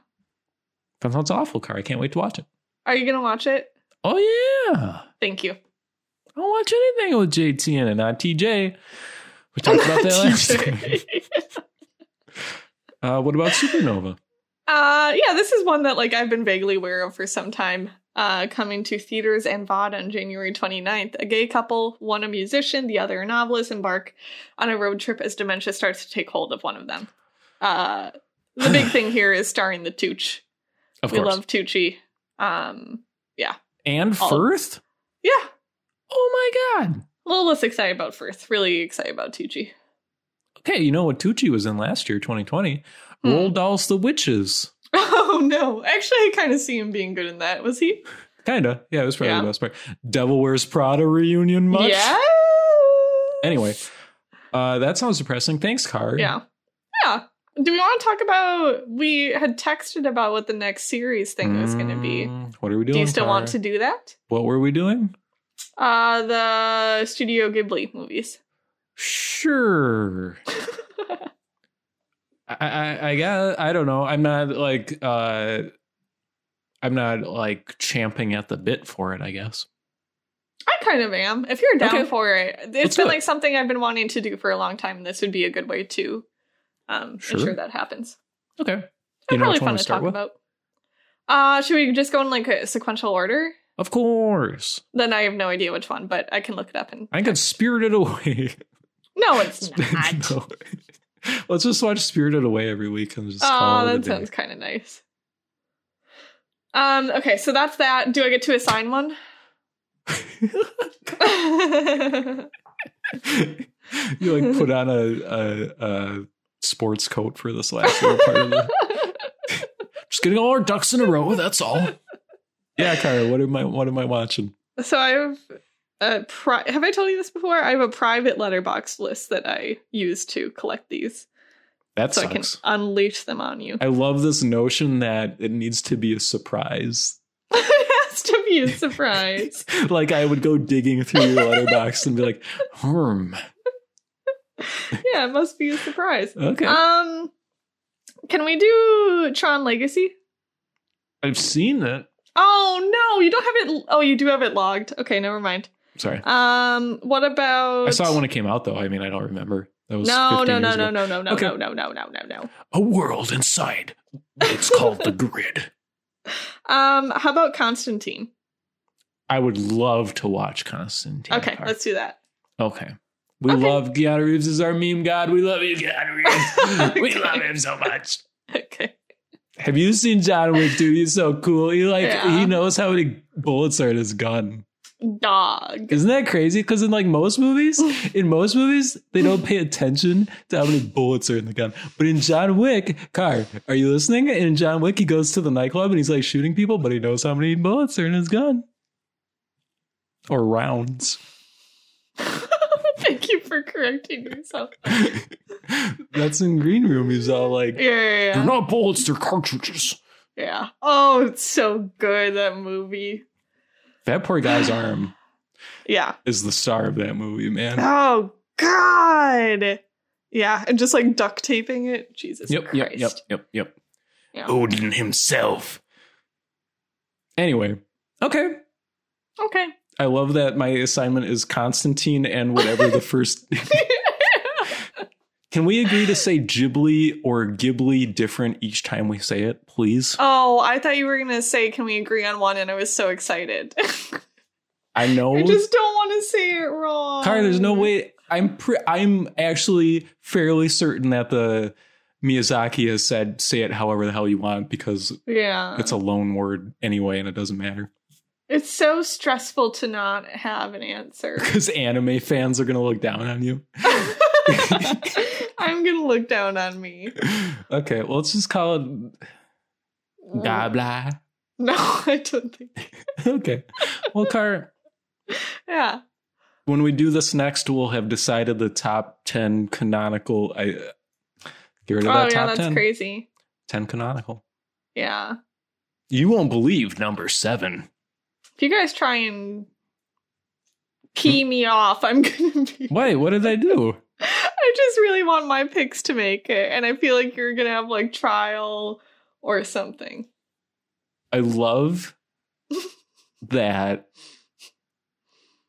A: That sounds awful, Car. I can't wait to watch it.
B: Are you gonna watch it?
A: Oh, yeah.
B: Thank you.
A: I don't watch anything with JT in it, not TJ. We talked about that last time. Uh, what about Supernova?
B: uh, yeah, this is one that like I've been vaguely aware of for some time. Uh, coming to theaters and VOD on January 29th, a gay couple, one a musician, the other a novelist, embark on a road trip as dementia starts to take hold of one of them. Uh, the big thing here is starring the Tooch.
A: Of
B: we
A: course.
B: love Tucci. Um,
A: and
B: all-
A: Firth?
B: yeah,
A: Oh my god.
B: a little less excited about Firth. Really excited about Tucci.
A: Okay, you know what Tucci was in last year, 2020?
B: Hmm.
A: Roald Dahl's The Witches.
B: Oh no! Actually, I kind of see him being good in that. Was he?
A: Kinda. Yeah, it was probably
B: Yeah.
A: the best part. Devil Wears Prada reunion much?
B: Yeah.
A: Anyway, uh, that sounds depressing. Thanks, Car.
B: Yeah. Yeah. Do we want to talk about? We had texted about what the next series thing was going to be.
A: Mm, What are we doing?
B: Do you still want
A: Kara?
B: to do that?
A: What were we doing?
B: Uh, the Studio Ghibli movies.
A: Sure. I, I, I guess I don't know. I'm not like uh, I'm not like champing at the bit for it. I guess.
B: I kind of am. If you're down
A: Okay.
B: for it, it's
A: Let's do
B: been
A: it.
B: like something I've been wanting to do for a long time. and This would be a good way to um,
A: Sure.
B: ensure that happens.
A: Okay. Do
B: They're probably fun to talk about. Uh, should we just go in like a sequential order?
A: Of course.
B: Then I have no idea which one, but I can look it up and.
A: I think it's Spirited Away.
B: No, it's not.
A: No. Let's just watch Spirited Away every week and just
B: Oh,
A: call it a
B: that
A: day.
B: sounds kind of nice. Um. Okay, so that's that. Do I get to assign one?
A: you like put on a, a, a sports coat for this last little part of the. Just getting all our ducks in a row. That's all. Yeah, Kara. What am I? What am I watching?
B: so I have a pri- have I told you this before? I have a private letterbox list that I use to collect these,
A: That
B: so I can
A: sucks.
B: unleash them on you.
A: I love this notion that it needs to be a surprise.
B: it has to be a surprise.
A: Like I would go digging through your letterbox and be like, "Hmm,
B: yeah, it must be a surprise.
A: okay,
B: Um, can we do Tron Legacy?
A: I've seen it."
B: Oh no, you don't have it. Oh, you do have it logged. Okay, never mind.
A: Sorry,
B: Um, what about?
A: I saw it when it came out, though. I mean, I don't remember. That was
B: No,
A: 15
B: no, no,
A: years
B: no,
A: ago.
B: no, no, no,
A: Okay.
B: no, no, no, no, no, no.
A: A world inside. It's called the grid.
B: Um, how about Constantine?
A: I would love to watch Constantine.
B: okay,
A: Park.
B: let's do that.
A: Okay. We
B: Okay.
A: love Keanu Reeves is our meme god. We love you, Keanu Reeves. We
B: Okay.
A: love him so much.
B: Okay.
A: Have you seen John Wick, dude? He's so cool. He like
B: Yeah.
A: he knows how many bullets are in his gun.
B: Dog.
A: Isn't that crazy? Because in like most movies, in most movies, they don't pay attention to how many bullets are in the gun. But in John Wick, Car, are you listening? In John Wick, he goes to the nightclub and he's like shooting people, but he knows how many bullets are in his gun. Or rounds.
B: Thank you for for correcting yourself.
A: That's in Green Room. He's all
B: Yeah,
A: like,
B: yeah,
A: they're
B: yeah.
A: not bullets, they're cartridges.
B: yeah. Oh, it's so good that movie.
A: That poor guy's arm
B: Yeah.
A: is the star of that movie, man.
B: Oh God. Yeah, and just like duct taping it. Jesus
A: Yep,
B: Christ.
A: yep, yep, yep, yep.
B: Yeah.
A: Odin himself. Anyway, okay.
B: Okay.
A: I love that my assignment is Constantine and whatever the first. Can we agree to say Ghibli or Ghibli different each time we say it, please?
B: oh, I thought you were gonna say, "Can we agree on one?" And I was so excited.
A: I know.
B: I just don't want to say it wrong.
A: Car, there's no way. I'm pre- I'm actually fairly certain that the Miyazaki has said say it however the hell you want because
B: Yeah,
A: it's a loan word anyway and it doesn't matter.
B: it's so stressful to not have an answer.
A: Because anime fans are gonna look down on you.
B: I'm gonna look down on me.
A: Okay, well let's just call it blah blah.
B: No, I don't think.
A: Okay. Well, Car,
B: Yeah.
A: when we do this next, we'll have decided the top ten canonical. I get rid of
B: Oh
A: that
B: yeah,
A: top
B: that's
A: 10.
B: crazy.
A: Ten canonical.
B: Yeah.
A: You won't believe number seven.
B: If you guys try
A: Hmm.
B: and key me off, I'm gonna be.
A: Wait, what did I do?
B: I just really want my picks to make it, and I feel like you're gonna have like trial or something.
A: I love that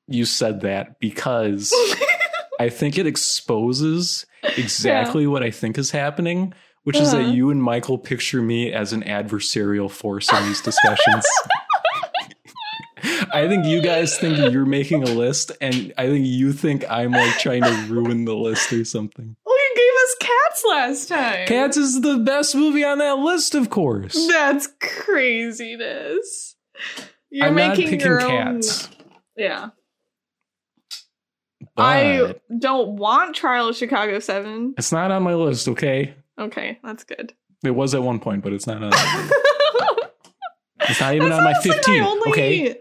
A: you said that because I think it exposes exactly what I think is happening, which is
B: Uh-huh.
A: that you and Michael picture me as an adversarial force in these discussions. I think you guys think you're making a list, and I think you think I'm like trying to ruin the list or something.
B: well, you gave us cats last time.
A: Cats is the best movie on that list, of course.
B: That's craziness. You're
A: I'm not
B: making
A: picking
B: your own.
A: cats.
B: Yeah.
A: But
B: I don't want Trial of Chicago 7.
A: it's not on my list, okay?
B: Okay, that's good.
A: It was at one point, but it's not on. It's not even
B: That's
A: on my
B: honestly
A: fifteen.
B: only-
A: Okay,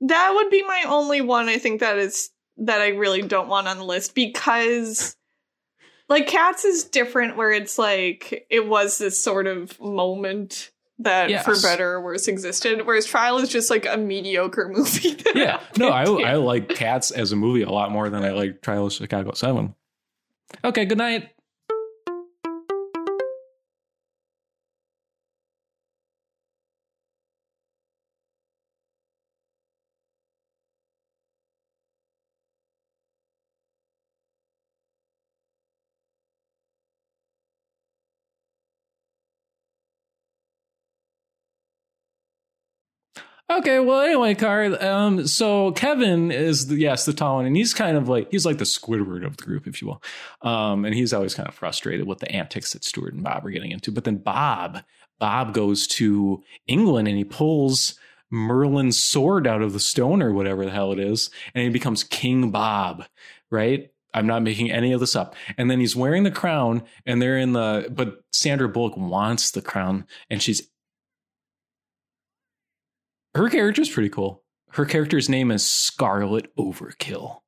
B: That would be my only one I think that is that I really don't want on the list because like Cats is different where it's like it was this sort of moment that
A: Yes.
B: for better or worse existed whereas Trial is just like a mediocre movie. that
A: yeah, no, I
B: happened.
A: I like Cats as a movie a lot more than I like Trial of Chicago Seven. Okay, good night. Okay, well, anyway, Car. Um, so Kevin is the, yes the tall one, and he's kind of like he's like the Squidward of the group, if you will. Um, and he's always kind of frustrated with the antics that Stuart and Bob are getting into. But then Bob, Bob goes to England and he pulls Merlin's sword out of the stone or whatever the hell it is, and he becomes King Bob, right? I'm not making any of this up. And then he's wearing the crown, and they're in the. But Sandra Bullock wants the crown, and she's her character's pretty cool. Her character's name is Scarlet Overkill.